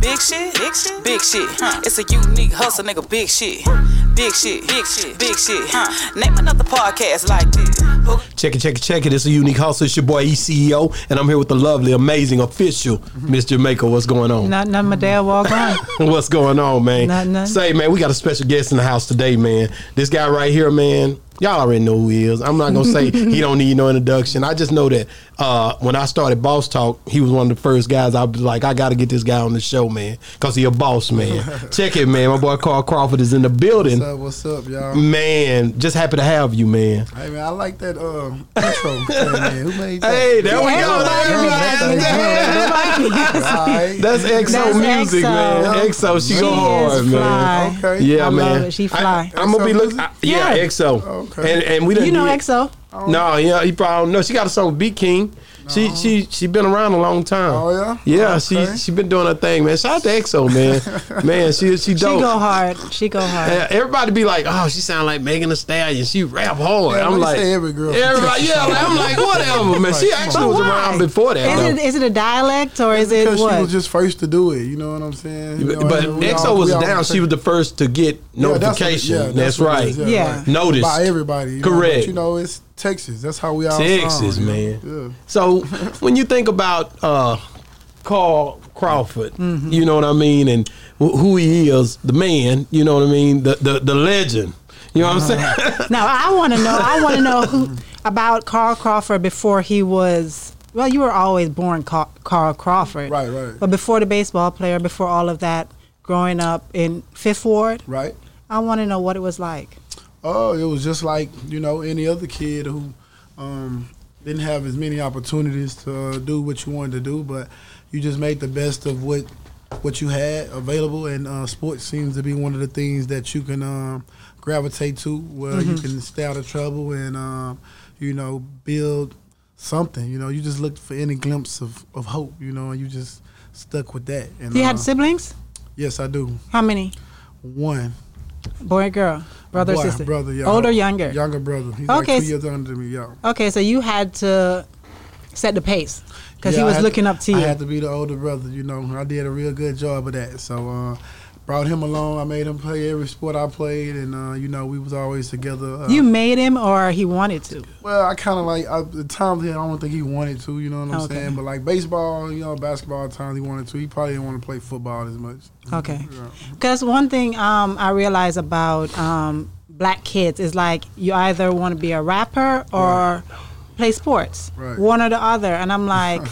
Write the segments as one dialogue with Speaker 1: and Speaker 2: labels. Speaker 1: Big shit, big shit, big shit. Huh. It's a unique hustle, nigga. Big shit, big shit, big shit, big shit. Huh. Name another podcast like this.
Speaker 2: Check it, check it, check it. It's a unique hustle. It's your boy E ECEO, and I'm here with the lovely, amazing, official Miss Jamaica. What's going on?
Speaker 3: Not not my dad walk on.
Speaker 2: What's going on, man?
Speaker 3: Not nothing.
Speaker 2: Say, man, we got a special guest in the house today, man. This guy right here, man. Y'all already know who he is. I'm not gonna say he don't need no introduction. I just know that uh, when I started Boss Talk, he was one of the first guys. I was like, I got to get this guy on the show, man, because he a boss, man. Check it, man. My boy Carl Crawford is in the building,
Speaker 4: What's up, what's up, y'all?
Speaker 2: man. Just happy to have you, man.
Speaker 4: Hey man, I like that um, intro. thing, man. Who made that?
Speaker 2: Hey, there we go.
Speaker 4: Alright.
Speaker 2: That's EXO
Speaker 3: That's
Speaker 2: music, man.
Speaker 4: EXO.
Speaker 2: EXO, she,
Speaker 3: She
Speaker 2: go hard,
Speaker 3: is
Speaker 2: man.
Speaker 3: fly.
Speaker 4: Okay.
Speaker 2: Yeah,
Speaker 3: I
Speaker 2: man.
Speaker 3: love it. She fly.
Speaker 2: I, am gonna be
Speaker 4: EXO
Speaker 2: looking.
Speaker 4: music?
Speaker 2: Yeah,
Speaker 3: Yeah.
Speaker 2: EXO.
Speaker 4: Okay. Oh.
Speaker 2: And and we didn't.
Speaker 3: You know
Speaker 2: get-
Speaker 3: EXO.
Speaker 2: No, yeah, he probably no. She got a song with B King. She she she been around a long time.
Speaker 4: Oh, yeah?
Speaker 2: Yeah,
Speaker 4: Okay.
Speaker 2: she she been doing her thing, man. Shout out to EXO, man. man, she she
Speaker 3: She
Speaker 2: dope.
Speaker 3: go hard. She go hard.
Speaker 2: Uh, everybody be like, "Oh, she sound like Megan Thee Stallion. She rap hard."
Speaker 4: Yeah,
Speaker 2: I'm
Speaker 4: they
Speaker 2: like,
Speaker 4: say every girl.
Speaker 2: Everybody, yeah, like, I'm like, whatever, man. She actually
Speaker 3: But
Speaker 2: was
Speaker 3: why?
Speaker 2: around before that. though.
Speaker 3: Is it, is it a dialect or is it
Speaker 4: Because she
Speaker 3: what?
Speaker 4: was just first to do it. You know what I'm saying? You know,
Speaker 2: But
Speaker 4: we
Speaker 2: EXO
Speaker 4: all-
Speaker 2: was
Speaker 4: we all
Speaker 2: down. She was the first to get
Speaker 4: Yeah, that's what it-
Speaker 2: notification.
Speaker 4: yeah,
Speaker 2: that's,
Speaker 4: what
Speaker 2: right.
Speaker 4: it is,
Speaker 3: Yeah.
Speaker 4: right.
Speaker 2: Noticed.
Speaker 4: by everybody. you know,
Speaker 2: Correct.
Speaker 4: but, you know, it's Texas. That's how we all
Speaker 2: Texas,
Speaker 4: sound, you
Speaker 2: man.
Speaker 4: know? Yeah.
Speaker 2: So when you think about uh, Carl Crawford,
Speaker 4: Mm-hmm.
Speaker 2: you know what I mean, and wh- who he is, the man, you know what I mean, the the, the legend. You know what
Speaker 4: Uh-huh.
Speaker 2: I'm saying?
Speaker 3: Now I want to know. I want to know who about Carl Crawford before he was. Well, you were always born Carl, Carl Crawford,
Speaker 4: Right, right.
Speaker 3: But before the baseball player, before all of that, growing up in Fifth Ward,
Speaker 4: Right.
Speaker 3: I want to know what it was like.
Speaker 4: Oh, it was just like you know any other kid who um, didn't have as many opportunities to uh, do what you wanted to do, but you just made the best of what what you had available, and uh, sports seems to be one of the things that you can um, gravitate to, where
Speaker 3: Mm-hmm.
Speaker 4: you can stay out of trouble and um, you know build something. You know, you just looked for any glimpse of, of hope. You know, and you just stuck with that. And
Speaker 3: You
Speaker 4: uh,
Speaker 3: had siblings?
Speaker 4: yes, I do.
Speaker 3: How many?
Speaker 4: One.
Speaker 3: Boy and girl, brother,
Speaker 4: Boy,
Speaker 3: or sister,
Speaker 4: brother, yeah.
Speaker 3: older, younger.
Speaker 4: Younger brother. He's
Speaker 3: Okay,
Speaker 4: like two
Speaker 3: s-
Speaker 4: years under me, yeah.
Speaker 3: Okay, so you had to set the pace because
Speaker 4: Yeah,
Speaker 3: he
Speaker 4: I
Speaker 3: was
Speaker 4: had-
Speaker 3: looking up to
Speaker 4: I
Speaker 3: you.
Speaker 4: had to be the older brother, you know. I did a real good job of that. So uh brought him along. I made him play every sport I played and uh, you know, we was always together. Uh,
Speaker 3: you made him, or he wanted to.
Speaker 4: well, I kinda like I the times he I don't think he wanted to, you know what I'm
Speaker 3: Okay.
Speaker 4: saying? But like baseball, you know, basketball at times he wanted to. He probably didn't want to play football as much.
Speaker 3: Okay. Because one thing um, I realize about um, black kids is like you either want to be a rapper or play sports,
Speaker 4: Right.
Speaker 3: one or the other. And I'm like,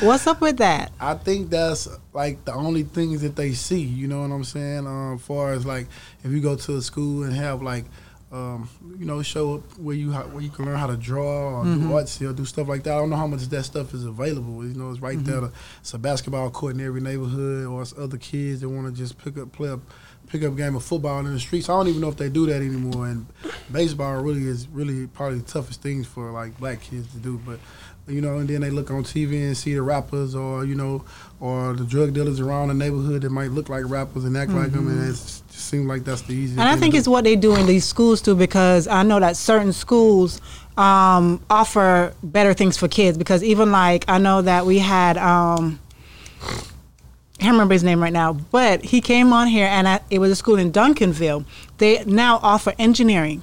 Speaker 3: what's up with that?
Speaker 4: I think that's like the only things that they see. You know what I'm saying? Um, as far as like if you go to a school and have like, um, you know, show up where you how, where you can learn how to draw or do arts or do stuff like that. I don't know how much that stuff is available. You know, it's right there. To, it's a basketball court in every neighborhood, or it's other kids that want to just pick up play up. Pick up game of football in the streets. I don't even know if they do that anymore. And baseball really is really probably the toughest things for like black kids to do. But you know, and then they look on TV and see the rappers or you know, or the drug dealers around the neighborhood that might look like rappers and act like them, and it's, it just seems like that's the easiest.
Speaker 3: Mm-hmm. And I
Speaker 4: thing
Speaker 3: think
Speaker 4: to
Speaker 3: it's
Speaker 4: do.
Speaker 3: what they do in these schools too, because I know that certain schools um, offer better things for kids. Because even like I know that we had, um, I can't remember his name right now, but he came on here and I, it was a school in Duncanville. They now offer engineering,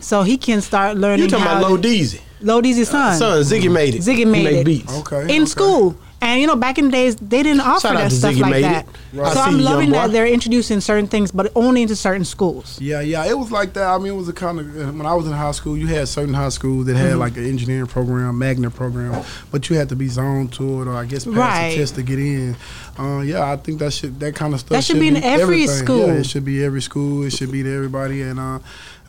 Speaker 3: so he can start
Speaker 2: Mm-hmm.
Speaker 3: learning.
Speaker 2: you talking
Speaker 3: how
Speaker 2: about Low Deezy?
Speaker 3: Lodi's son,
Speaker 2: Son, Ziggy made it.
Speaker 3: Ziggy
Speaker 2: He
Speaker 3: made it.
Speaker 2: beats.
Speaker 4: Okay.
Speaker 3: in school. And you know, back in the days, they didn't offer
Speaker 2: Shout out
Speaker 3: that
Speaker 2: to
Speaker 3: stuff
Speaker 2: Ziggy
Speaker 3: like
Speaker 2: Made
Speaker 3: that.
Speaker 2: It. Right.
Speaker 3: So
Speaker 2: I see
Speaker 3: I'm
Speaker 2: you, young
Speaker 3: loving
Speaker 2: boy.
Speaker 3: that they're introducing certain things, but only into certain schools.
Speaker 4: Yeah, yeah, it was like that. I mean, it was a kind of when I was in high school, you had certain high schools that
Speaker 3: Mm-hmm.
Speaker 4: had like an engineering program, magnet program, but you had to be zoned to it, or I guess pass
Speaker 3: Right.
Speaker 4: a test to get in. Uh, yeah, I think that should that kind of stuff
Speaker 3: That should be in every
Speaker 4: everything.
Speaker 3: school.
Speaker 4: Yeah, it should be every school. It should be to everybody, and uh,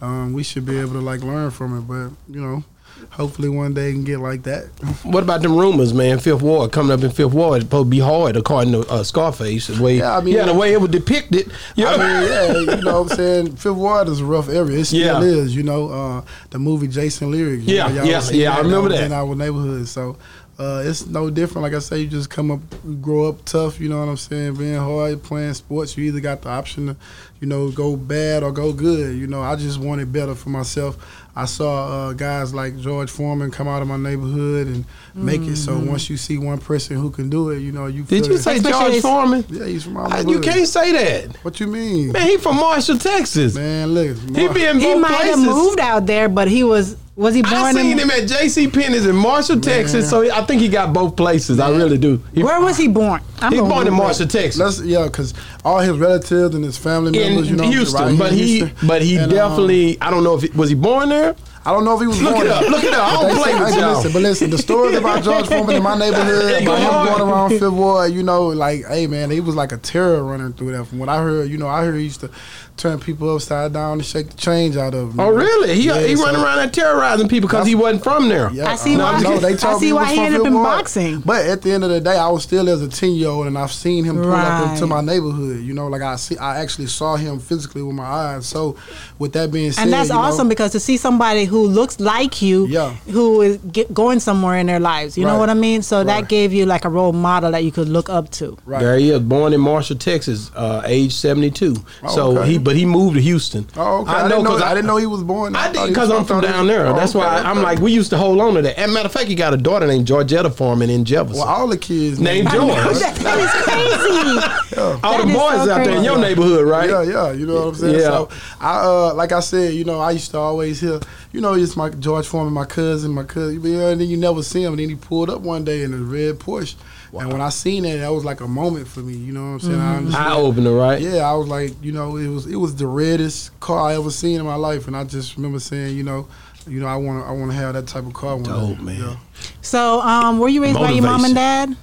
Speaker 4: um, we should be able to like learn from it. But you know, hopefully one day it can get like that.
Speaker 2: What about them rumors, man? Fifth Ward coming up in Fifth Ward. It's supposed to be hard, according to uh, Scarface. The way, yeah,
Speaker 4: Yeah, I mean-
Speaker 2: the way it was depicted. You
Speaker 4: I
Speaker 2: know?
Speaker 4: mean, yeah, you know what I'm saying? Fifth Ward is a rough area. It still
Speaker 2: Yeah.
Speaker 4: is, you know. Uh, the movie Jason Lyrics. you
Speaker 2: Yeah,
Speaker 4: know, y'all
Speaker 2: yeah,
Speaker 4: seen
Speaker 2: yeah, I
Speaker 4: that.
Speaker 2: remember
Speaker 4: That was
Speaker 2: that.
Speaker 4: In our neighborhood. So uh, it's no different. Like I say, you just come up, you grow up tough. You know what I'm saying? Being hard, playing sports, you either got the option to, you know, go bad or go good. You know, I just wanted better for myself. I saw uh, guys like George Foreman come out of my neighborhood and make it. So once you see one person who can do it, you know, you
Speaker 2: Mm-hmm. Did
Speaker 4: feel
Speaker 2: you
Speaker 4: it.
Speaker 2: say
Speaker 3: Especially
Speaker 2: George
Speaker 3: it's-
Speaker 2: Foreman?
Speaker 4: Yeah, he's from my
Speaker 2: How- You
Speaker 4: hood.
Speaker 2: can't say that.
Speaker 4: What you mean?
Speaker 2: Man, he from Marshall, Texas.
Speaker 4: Man, look,
Speaker 2: He
Speaker 4: Mar-
Speaker 2: be in
Speaker 3: He
Speaker 2: both
Speaker 3: might
Speaker 2: places.
Speaker 3: have moved out there, but he was was he born
Speaker 2: I
Speaker 3: in?
Speaker 2: seen him at J.C. Penney's in Marshall, Texas. So I think he got both places. I really do. He,
Speaker 3: where was he born? I'm
Speaker 2: he
Speaker 3: gonna
Speaker 2: born in
Speaker 3: Google it.
Speaker 2: Marshall, Texas.
Speaker 4: Let's yeah, because all his relatives and his family
Speaker 2: in
Speaker 4: members, you know,
Speaker 2: Houston,
Speaker 4: right here
Speaker 2: but
Speaker 4: in
Speaker 2: he,
Speaker 4: Houston.
Speaker 2: but he
Speaker 4: And, um,
Speaker 2: definitely. I don't know if he, was he born there.
Speaker 4: I don't know if he was
Speaker 2: Look
Speaker 4: born
Speaker 2: it up.
Speaker 4: there.
Speaker 2: Look it up. I
Speaker 4: But
Speaker 2: don't
Speaker 4: they
Speaker 2: play
Speaker 4: say-
Speaker 2: with
Speaker 4: hey,
Speaker 2: y'all.
Speaker 4: Listen, but listen, the stories about George Foreman in my neighborhood,
Speaker 2: It go
Speaker 4: about him
Speaker 2: hard.
Speaker 4: going around Fifth Ward, you know, like, hey man, he was like a terror running through that. From what I heard, you know, I heard he used to turn people upside down and shake the change out of them.
Speaker 2: Oh, really? He
Speaker 4: Yeah,
Speaker 2: he
Speaker 4: so-
Speaker 2: run around there terrorizing people because he wasn't from there.
Speaker 4: Yeah,
Speaker 3: I see
Speaker 4: no,
Speaker 3: why-
Speaker 4: I'm just-
Speaker 3: I
Speaker 4: no, they told
Speaker 3: see
Speaker 4: me
Speaker 3: why
Speaker 4: was
Speaker 3: he
Speaker 4: from
Speaker 3: ended up in
Speaker 4: Fillmore.
Speaker 3: boxing.
Speaker 4: But at the end of the day, I was still as a ten year old, and I've seen him pull up
Speaker 3: Right.
Speaker 4: into my neighborhood. You know, like I see, I actually saw him physically with my eyes. So, with that being said,
Speaker 3: And that's
Speaker 4: you know,
Speaker 3: awesome because to see somebody who looks like you,
Speaker 4: Yeah.
Speaker 3: who is get going somewhere in their lives, you
Speaker 4: Right.
Speaker 3: know what I mean. So
Speaker 4: Right.
Speaker 3: that gave you like a role model that you could look up to.
Speaker 4: Right.
Speaker 2: There he is, born in Marshall, Texas, uh, age seventy two.
Speaker 4: Oh,
Speaker 2: so
Speaker 4: okay.
Speaker 2: he, but he moved to Houston.
Speaker 4: Oh, okay. I, didn't know.
Speaker 2: 'cause
Speaker 4: I, didn't know he was born.
Speaker 2: I
Speaker 4: thought
Speaker 2: did
Speaker 4: he
Speaker 2: because
Speaker 4: was-
Speaker 2: I'm from
Speaker 4: thought he-
Speaker 2: down there.
Speaker 4: Oh,
Speaker 2: That's why
Speaker 4: okay,
Speaker 2: I, I'm
Speaker 4: okay.
Speaker 2: like we used to hold on to that. And matter of fact, he got a daughter named Georgetta Foreman in Jefferson.
Speaker 4: Well, all the kids
Speaker 2: named
Speaker 4: man.
Speaker 2: George.
Speaker 3: that is crazy.
Speaker 2: all the
Speaker 3: that
Speaker 2: boys
Speaker 3: is so
Speaker 2: out there in
Speaker 3: crazy.
Speaker 2: your neighborhood, right?
Speaker 4: Yeah, yeah. You know what I'm saying?
Speaker 2: Yeah.
Speaker 4: So I uh like I said, you know, I used to always hear, you know, it's my George Foreman, my cousin, my cousin, you know, and then you never see him. And then he pulled up one day in a red Porsche. And when I seen that, that was like a moment for me. You know what I'm saying?
Speaker 3: Mm-hmm.
Speaker 4: I understand.
Speaker 2: Eye opener, right?
Speaker 4: Yeah, I was like, you know, it was it was the reddest car I ever seen in my life, and I just remember saying, you know, you know, I want to I want to have that type of car. One
Speaker 2: Dope,
Speaker 4: day.
Speaker 2: man.
Speaker 4: Yeah.
Speaker 3: so, um, were you raised by your mom and dad?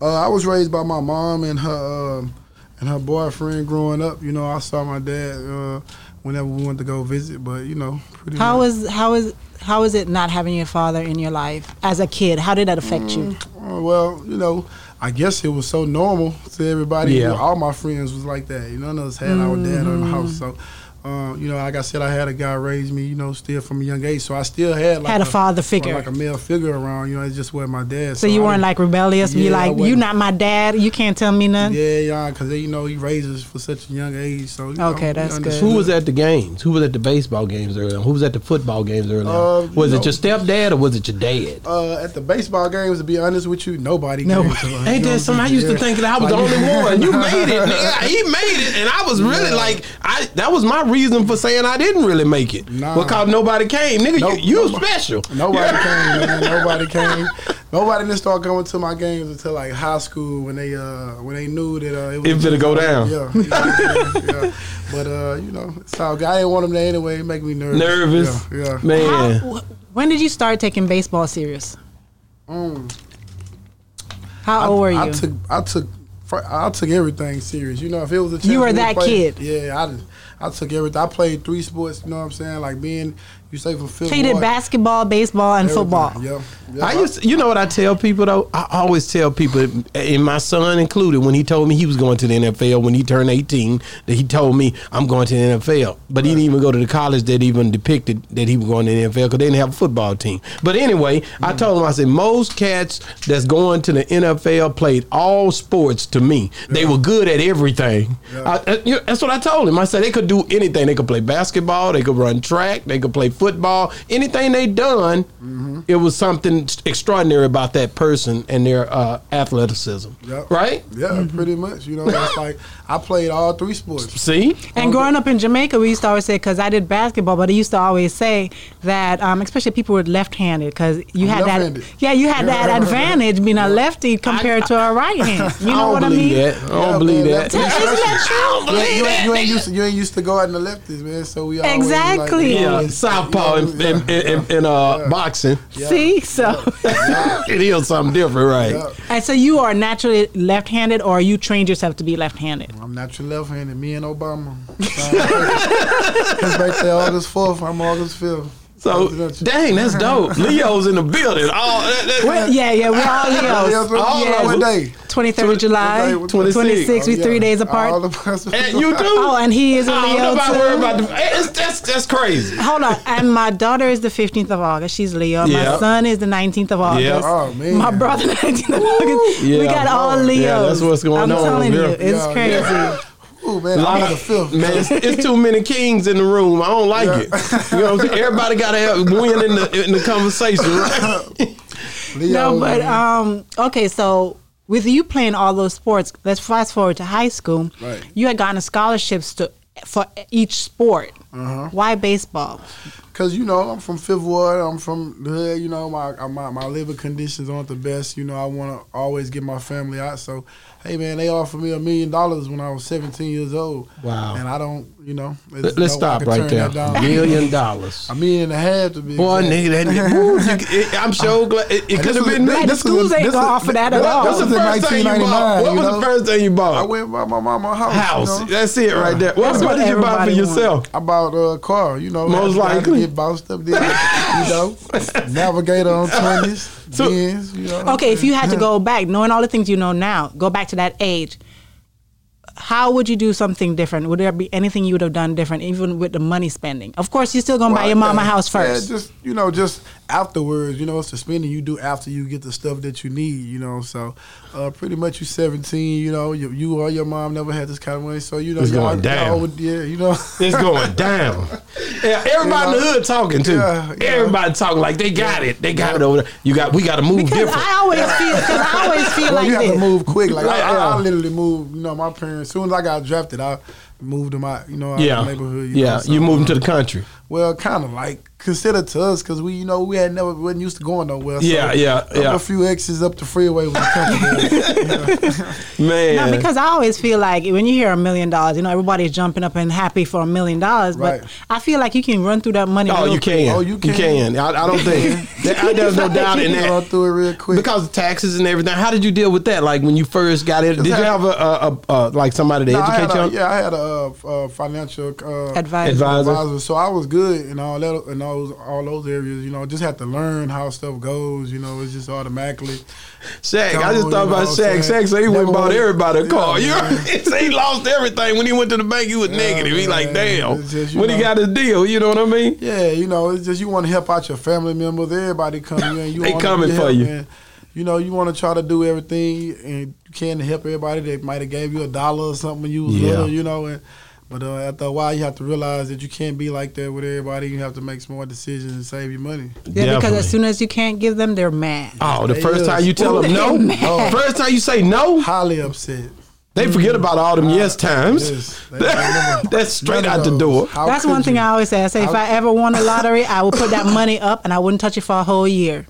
Speaker 4: Uh, I was raised by my mom and her um, and her boyfriend growing up. You know, I saw my dad uh, whenever we went to go visit, but you know, pretty
Speaker 3: How
Speaker 4: much.
Speaker 3: is how is how is it not having your father in your life as a kid? How did that affect you?
Speaker 4: Uh, well, you know, I guess it was so normal to everybody.
Speaker 2: Yeah.
Speaker 4: All my friends was like that. You know, none of us had our dad in the house,
Speaker 3: Mm-hmm.
Speaker 4: so. Um, you know, like I said, I had a guy raise me, you know, still from a young age. So I still had like
Speaker 3: Had a father figure.
Speaker 4: like a male figure around. You know, it's just where my dad.
Speaker 3: So you
Speaker 4: I
Speaker 3: weren't
Speaker 4: didn't-
Speaker 3: like rebellious.
Speaker 4: Yeah,
Speaker 3: you
Speaker 4: I
Speaker 3: like you
Speaker 4: wasn't.
Speaker 3: not my dad. You can't tell me nothing.
Speaker 4: yeah, yeah, because you know he raises for such a young age. So
Speaker 3: Okay,
Speaker 4: you know, we
Speaker 3: that's good.
Speaker 2: Who
Speaker 4: understood.
Speaker 2: was at the games? Who was at the baseball games earlier? Who was at the football games earlier?
Speaker 4: Uh,
Speaker 2: was
Speaker 4: you
Speaker 2: it your stepdad or was it your dad?
Speaker 4: uh, at the baseball games, to be honest with you, nobody.
Speaker 3: No.
Speaker 4: Came to us.
Speaker 2: Hey,
Speaker 4: You know
Speaker 2: Dad, something I
Speaker 4: what
Speaker 2: used to
Speaker 4: I'm saying?
Speaker 2: think that I was the
Speaker 4: Like,
Speaker 2: only one. You made it, nigga. He made it, and I was really like, I that was my reason for saying I didn't really make it
Speaker 4: Nah.
Speaker 2: because nobody came, nigga.
Speaker 4: Nope,
Speaker 2: you you
Speaker 4: nobody-
Speaker 2: special.
Speaker 4: Nobody came, man. Nobody came. Nobody didn't start going to my games until like high school when they uh when they knew that uh, it was
Speaker 2: It finna go down.
Speaker 4: Yeah, you know what I'm saying? yeah. But uh, you know, so I didn't want them there anyway. It make me nervous.
Speaker 2: Nervous,
Speaker 4: Yeah. yeah.
Speaker 3: How,
Speaker 2: man.
Speaker 3: wh- when did you start taking baseball serious?
Speaker 4: Mm.
Speaker 3: How old were you?
Speaker 4: I took I took fr- I took everything serious. You know, if it was a chance
Speaker 3: You were
Speaker 4: we
Speaker 3: that
Speaker 4: played-
Speaker 3: kid.
Speaker 4: Yeah, I did- I took everything. I played three sports. You know what I'm saying? Like being you say for fifth.
Speaker 3: so you did
Speaker 4: ward,
Speaker 3: basketball, baseball, and
Speaker 4: everything.
Speaker 3: football.
Speaker 4: Yeah, yeah.
Speaker 2: I used, to, you know what I tell people though. I always tell people, and my son included, when he told me he was going to the NFL when he turned eighteen, that he told me I'm going to the NFL. But he didn't even go to the college that even depicted that he was going to the NFL because they didn't have a football team. But anyway, I told him I said most cats that's going to the NFL played all sports. To me, they were good at everything. I- I- you know, that's what I told him. I said they could do anything. They could play basketball. They could run track. They could play football. Anything they done,
Speaker 4: Mm-hmm.
Speaker 2: it was something extraordinary about that person and their uh, athleticism.
Speaker 4: Yep.
Speaker 2: Right?
Speaker 4: Yeah, pretty much. You know, it's like I played all three sports.
Speaker 2: See?
Speaker 3: And growing up in Jamaica, we used to always say, because I did basketball, but I used to always say that, um, especially people were left-handed, because you
Speaker 4: I'm
Speaker 3: had that,
Speaker 4: left-handed.
Speaker 3: yeah, you had that advantage being a lefty compared to a right hand. You know
Speaker 2: I don't
Speaker 3: what I
Speaker 2: believe
Speaker 3: mean?
Speaker 2: that. I don't
Speaker 4: Yeah,
Speaker 2: believe
Speaker 4: man,
Speaker 2: that.
Speaker 4: that's-
Speaker 3: It's just not true.
Speaker 2: I don't
Speaker 4: You, ain't-
Speaker 2: believe that. nigga.
Speaker 4: you, ain't- you ain't used to you ain't used to guarding the lefties, man. So we always
Speaker 3: Exactly.
Speaker 4: Like,
Speaker 2: yeah,
Speaker 4: always-
Speaker 2: southpaw
Speaker 4: you know,
Speaker 2: in, in, in, in uh, boxing.
Speaker 3: See, so
Speaker 2: it is something different, right?
Speaker 4: yeah.
Speaker 3: and so you are naturally left-handed, or you trained yourself to be left-handed.
Speaker 4: I'm not your left-handed. Me and Obama. His birthday August fourth. I'm August fifth.
Speaker 2: So, dang, that's dope. Leo's in the building. All that, that-
Speaker 3: We're- yeah, yeah, we're all Leos.
Speaker 4: Leo's Uh, all
Speaker 3: Yes.
Speaker 4: over day.
Speaker 3: 23rd of July,
Speaker 4: Okay, what the-
Speaker 2: 26.
Speaker 3: 26. We
Speaker 4: Oh, yeah.
Speaker 3: three days apart.
Speaker 4: All of us-
Speaker 2: And you do?
Speaker 3: Oh, and he is a
Speaker 2: I don't know
Speaker 3: Leo
Speaker 2: about
Speaker 3: too.
Speaker 2: worry about the. eh, It's, that's that's crazy.
Speaker 3: Hold on. And my daughter is the 15th of August. She's Leo.
Speaker 2: Yeah.
Speaker 3: My son is the 19th of August.
Speaker 2: Yeah.
Speaker 4: Oh, man.
Speaker 3: My brother, 19th of August. we
Speaker 2: Yeah.
Speaker 3: got all
Speaker 2: Yeah,
Speaker 3: Leos.
Speaker 2: that's what's going
Speaker 3: I'm
Speaker 2: on
Speaker 3: I'm telling
Speaker 2: over here.
Speaker 3: you, it's
Speaker 4: Yeah,
Speaker 3: crazy.
Speaker 4: yeah. Ooh, man,
Speaker 2: Lot
Speaker 4: I'm
Speaker 2: of-
Speaker 4: the fifth.
Speaker 2: Man, it's, it's too many kings in the room. I don't like it. You know what I'm saying? Everybody got to have win in the in the conversation. Right?
Speaker 4: Leo,
Speaker 3: No, but
Speaker 4: man.
Speaker 3: um, okay. So with you playing all those sports, let's fast forward to high school.
Speaker 4: Right.
Speaker 3: You had gotten scholarships to for each sport.
Speaker 4: Uh-huh.
Speaker 3: Why baseball?
Speaker 4: Cause you know I'm from Fifth Ward. I'm from the hood. You know my uh, my my living conditions aren't the best. You know I want to always get my family out. So hey man, they offered me a million dollars when I was 17 years old.
Speaker 2: Wow.
Speaker 4: And I don't, you know.
Speaker 2: Let's
Speaker 4: it's no- I
Speaker 2: stop
Speaker 4: could
Speaker 2: right
Speaker 4: turn
Speaker 2: there.
Speaker 4: that down.
Speaker 2: Million dollars.
Speaker 4: A million and a half to be.
Speaker 2: Boy,
Speaker 4: exact.
Speaker 2: nigga, that nigga, woo, you- it- I'm so glad it,
Speaker 4: And
Speaker 2: could
Speaker 4: this
Speaker 2: have
Speaker 4: was-
Speaker 2: been me.
Speaker 4: this
Speaker 3: Like, the
Speaker 4: was
Speaker 3: schools
Speaker 4: in-
Speaker 3: ain't
Speaker 4: this
Speaker 3: gonna
Speaker 4: was-
Speaker 3: offer that
Speaker 4: this
Speaker 3: at all.
Speaker 4: was
Speaker 2: What's
Speaker 3: This
Speaker 4: in
Speaker 2: the first thing you bought?
Speaker 4: 1999,
Speaker 2: What
Speaker 4: you
Speaker 2: was the
Speaker 4: know?
Speaker 2: first thing you
Speaker 4: I
Speaker 2: bought?
Speaker 4: went by my mama house. you
Speaker 2: House.
Speaker 4: know?
Speaker 2: That's it right there. What,
Speaker 3: That's
Speaker 2: what
Speaker 3: what
Speaker 2: did you buy for
Speaker 3: everybody
Speaker 2: yourself?
Speaker 4: I bought a car, you know.
Speaker 2: Most
Speaker 4: I had to
Speaker 2: likely.
Speaker 4: get bounced up there, you know. Navigator on twenties,
Speaker 2: So-
Speaker 4: Benz, you know.
Speaker 3: Okay, if you had to go back, knowing all the things you know now, go back to that age. How would you do something different? Would there be anything you would have done different, even with the money spending? Of course, you're still gonna buy your
Speaker 4: Well,
Speaker 3: mama
Speaker 4: yeah.
Speaker 3: house first.
Speaker 4: Yeah, just you know, just afterwards, you know, it's the spending you do after you get the stuff that you need, you know. So, uh, pretty much you 17, you know, you, you or your mom never had this kind of money, so you know,
Speaker 2: It's
Speaker 4: you
Speaker 2: going
Speaker 4: all-
Speaker 2: down.
Speaker 4: y'all would- yeah, you know.
Speaker 2: It's going down. Yeah, everybody in the hood talking too.
Speaker 4: Yeah, yeah.
Speaker 2: Everybody talking like they got it. They got it over there. You got. We got to move
Speaker 3: Because
Speaker 2: different.
Speaker 3: I always feel, because I always feel
Speaker 4: Well,
Speaker 3: like
Speaker 4: you have
Speaker 3: this.
Speaker 4: to move quick. Like I, I,
Speaker 2: Yeah.
Speaker 4: I literally moved. You know, my parents. As soon as I got drafted, I moved to my you know out
Speaker 2: yeah,
Speaker 4: the neighborhood. You
Speaker 2: yeah.
Speaker 4: know, so,
Speaker 2: you moving to
Speaker 4: uh,
Speaker 2: the country.
Speaker 4: Well, kind of like considered to us because we, you know, we had never wasn't used to going nowhere. So
Speaker 2: Yeah, yeah,
Speaker 4: up
Speaker 2: yeah.
Speaker 4: A few X's up the freeway was comfortable.
Speaker 2: Man,
Speaker 3: No, because I always feel like when you hear a million dollars, you know everybody's jumping up and happy for a million dollars. But
Speaker 4: Right.
Speaker 3: I feel like you can run through that money.
Speaker 2: oh,
Speaker 3: real
Speaker 2: you
Speaker 3: quick.
Speaker 2: can.
Speaker 4: Oh, you
Speaker 2: you can.
Speaker 4: can.
Speaker 2: I, I don't think there, I- there's no doubt in
Speaker 4: Go
Speaker 2: that.
Speaker 4: through it real quick.
Speaker 2: Because of taxes and everything, how did you deal with that? Like when you first got it, did you
Speaker 4: I-
Speaker 2: have a, a, a, a like somebody to
Speaker 4: No, I had
Speaker 2: educate
Speaker 4: a-
Speaker 2: you? on?
Speaker 4: Yeah, I had a, uh, f- uh, financial uh,
Speaker 3: Advisor.
Speaker 2: Advisor.
Speaker 4: advisor, so I was good in all that in those all those areas. You know, just had to learn how stuff goes. You know, it's just automatically.
Speaker 2: Shaq, I
Speaker 4: Come
Speaker 2: just thought
Speaker 4: on, you know
Speaker 2: about
Speaker 4: what I'm
Speaker 2: Shaq.
Speaker 4: saying?
Speaker 2: Shaq, so he went
Speaker 4: Never
Speaker 2: and bought
Speaker 4: wanted-
Speaker 2: everybody a car.
Speaker 4: Yeah,
Speaker 2: You know, what I mean? so he lost everything when he went to the bank. He was negative. He like,
Speaker 4: man.
Speaker 2: damn.
Speaker 4: It's just, you
Speaker 2: when he
Speaker 4: know-
Speaker 2: got his deal, you know what I mean?
Speaker 4: Yeah, you know, it's just you want to help out your family members. Everybody coming in, you
Speaker 2: They
Speaker 4: want to
Speaker 2: coming
Speaker 4: get
Speaker 2: for
Speaker 4: help,
Speaker 2: you.
Speaker 4: man. You know, you want to try to do everything and you can to help everybody. They might have gave you a dollar or something when you was
Speaker 2: Yeah.
Speaker 4: little, you know. And, but uh, after a while, you have to realize that you can't be like that with everybody. You have to make smart decisions and save your money.
Speaker 3: Yeah, because
Speaker 2: Definitely.
Speaker 3: as soon as you can't give them, they're mad.
Speaker 2: Oh, the
Speaker 4: They
Speaker 2: first
Speaker 4: is.
Speaker 2: time you tell them no, Oh.
Speaker 3: Mad.
Speaker 2: first time you say no,
Speaker 4: Highly upset.
Speaker 2: they forget
Speaker 4: Mm-hmm.
Speaker 2: about all
Speaker 4: Ah,
Speaker 2: them yes
Speaker 4: Yes.
Speaker 2: times.
Speaker 4: They don't remember
Speaker 2: That's straight
Speaker 4: none of
Speaker 2: out the
Speaker 4: those.
Speaker 2: door.
Speaker 4: How
Speaker 3: That's
Speaker 4: could
Speaker 3: one thing
Speaker 4: you?
Speaker 3: I always say. I say if I ever won a lottery, I would put that money up and I wouldn't touch it for a whole year.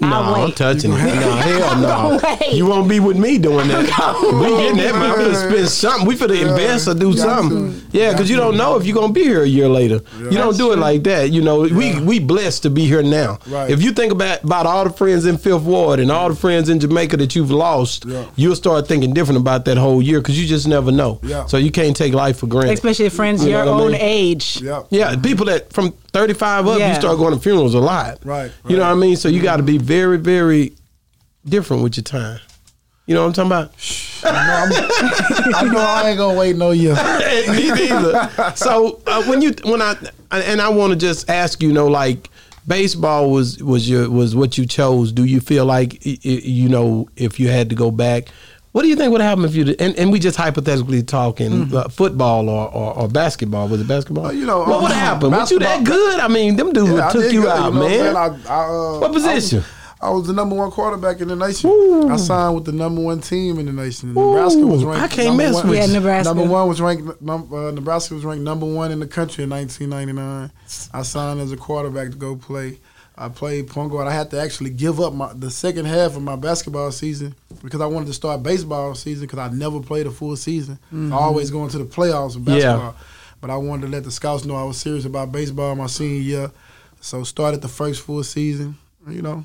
Speaker 2: No,
Speaker 3: I'll
Speaker 2: I'm
Speaker 3: wait.
Speaker 2: touching it. No, hell no.
Speaker 3: gonna wait.
Speaker 2: You won't be with me doing that. we getting that money. We finna spend something. We finna invest or do
Speaker 4: Got
Speaker 2: something.
Speaker 4: to.
Speaker 2: Yeah, because you don't know if you're gonna be here a year later. You don't do it like that. You know, we we blessed to be here now.
Speaker 4: Right.
Speaker 2: If you think about about all the friends in Fifth Ward and all the friends in Jamaica that you've lost,
Speaker 4: Yeah.
Speaker 2: you'll start thinking different about that whole year because you just never know.
Speaker 4: Yeah.
Speaker 2: So you can't take life for granted.
Speaker 3: Especially friends
Speaker 2: You know
Speaker 3: your
Speaker 2: what I
Speaker 3: own
Speaker 2: mean?
Speaker 3: age.
Speaker 4: Yep.
Speaker 2: Yeah, people that from 35 up, you
Speaker 3: Yeah.
Speaker 2: start going to funerals a lot.
Speaker 4: Right,
Speaker 2: You know
Speaker 4: right.
Speaker 2: what I mean? So you got to be very, very different with your time. You know what I'm talking about?
Speaker 4: I know I ain't gonna wait no year.
Speaker 2: Me neither. So uh, when you when I and I want to just ask you, you know, like baseball was was your was what you chose. Do you feel like i- i- you know if you had to go back? What do you think would happen if you did? And, and we just hypothetically talking uh, football or, or, or basketball. Was it basketball?
Speaker 4: Uh, Mm-hmm. you know,
Speaker 2: what
Speaker 4: um,
Speaker 2: would happen? Was you that
Speaker 4: basketball-
Speaker 2: good? I mean, them dudes
Speaker 4: I
Speaker 2: took
Speaker 4: did
Speaker 2: you
Speaker 4: good,
Speaker 2: out,
Speaker 4: know what I'm
Speaker 2: man.
Speaker 4: saying? I, I, uh,
Speaker 2: What position?
Speaker 4: I was, I was the number one quarterback in the nation. I signed with the number one team in the nation. Nebraska was ranked.
Speaker 2: I can't
Speaker 4: number
Speaker 2: mess
Speaker 4: one-
Speaker 2: with Yeah, you.
Speaker 3: Nebraska.
Speaker 4: Number one was ranked. Num, uh, Nebraska was ranked number one in the country in 1999. I signed as a quarterback to go play. I played point guard. I had to actually give up my the second half of my basketball season because I wanted to start baseball season because I never played a full season. I always going to the playoffs with
Speaker 2: Yeah.
Speaker 4: basketball. But I wanted to let the scouts know I was serious about baseball my senior year. So started the first full season. You know,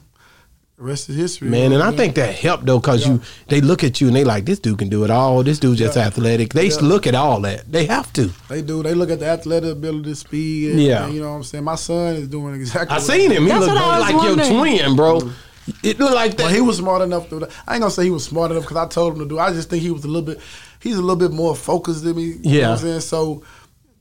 Speaker 4: the rest is history.
Speaker 2: Man, and I think that helped though, cause you they look at you and they like this dude can do it all. This dude's just
Speaker 4: Yeah.
Speaker 2: athletic. They
Speaker 4: Yeah.
Speaker 2: look at all that. They have to.
Speaker 4: they do. They look at the athletic ability, speed. And,
Speaker 2: Yeah.
Speaker 4: you know what I'm saying. My son is doing exactly.
Speaker 2: I
Speaker 4: what
Speaker 2: seen him. He
Speaker 3: That's
Speaker 2: looked
Speaker 3: what I was
Speaker 2: like your
Speaker 3: wondering.
Speaker 2: twin, bro. It looked like that.
Speaker 4: But he was smart enough to. I ain't gonna say he was smart enough because I told him to do. I just think he was a little bit. He's a little bit more focused than me. You know
Speaker 2: Yeah.
Speaker 4: what I'm saying so.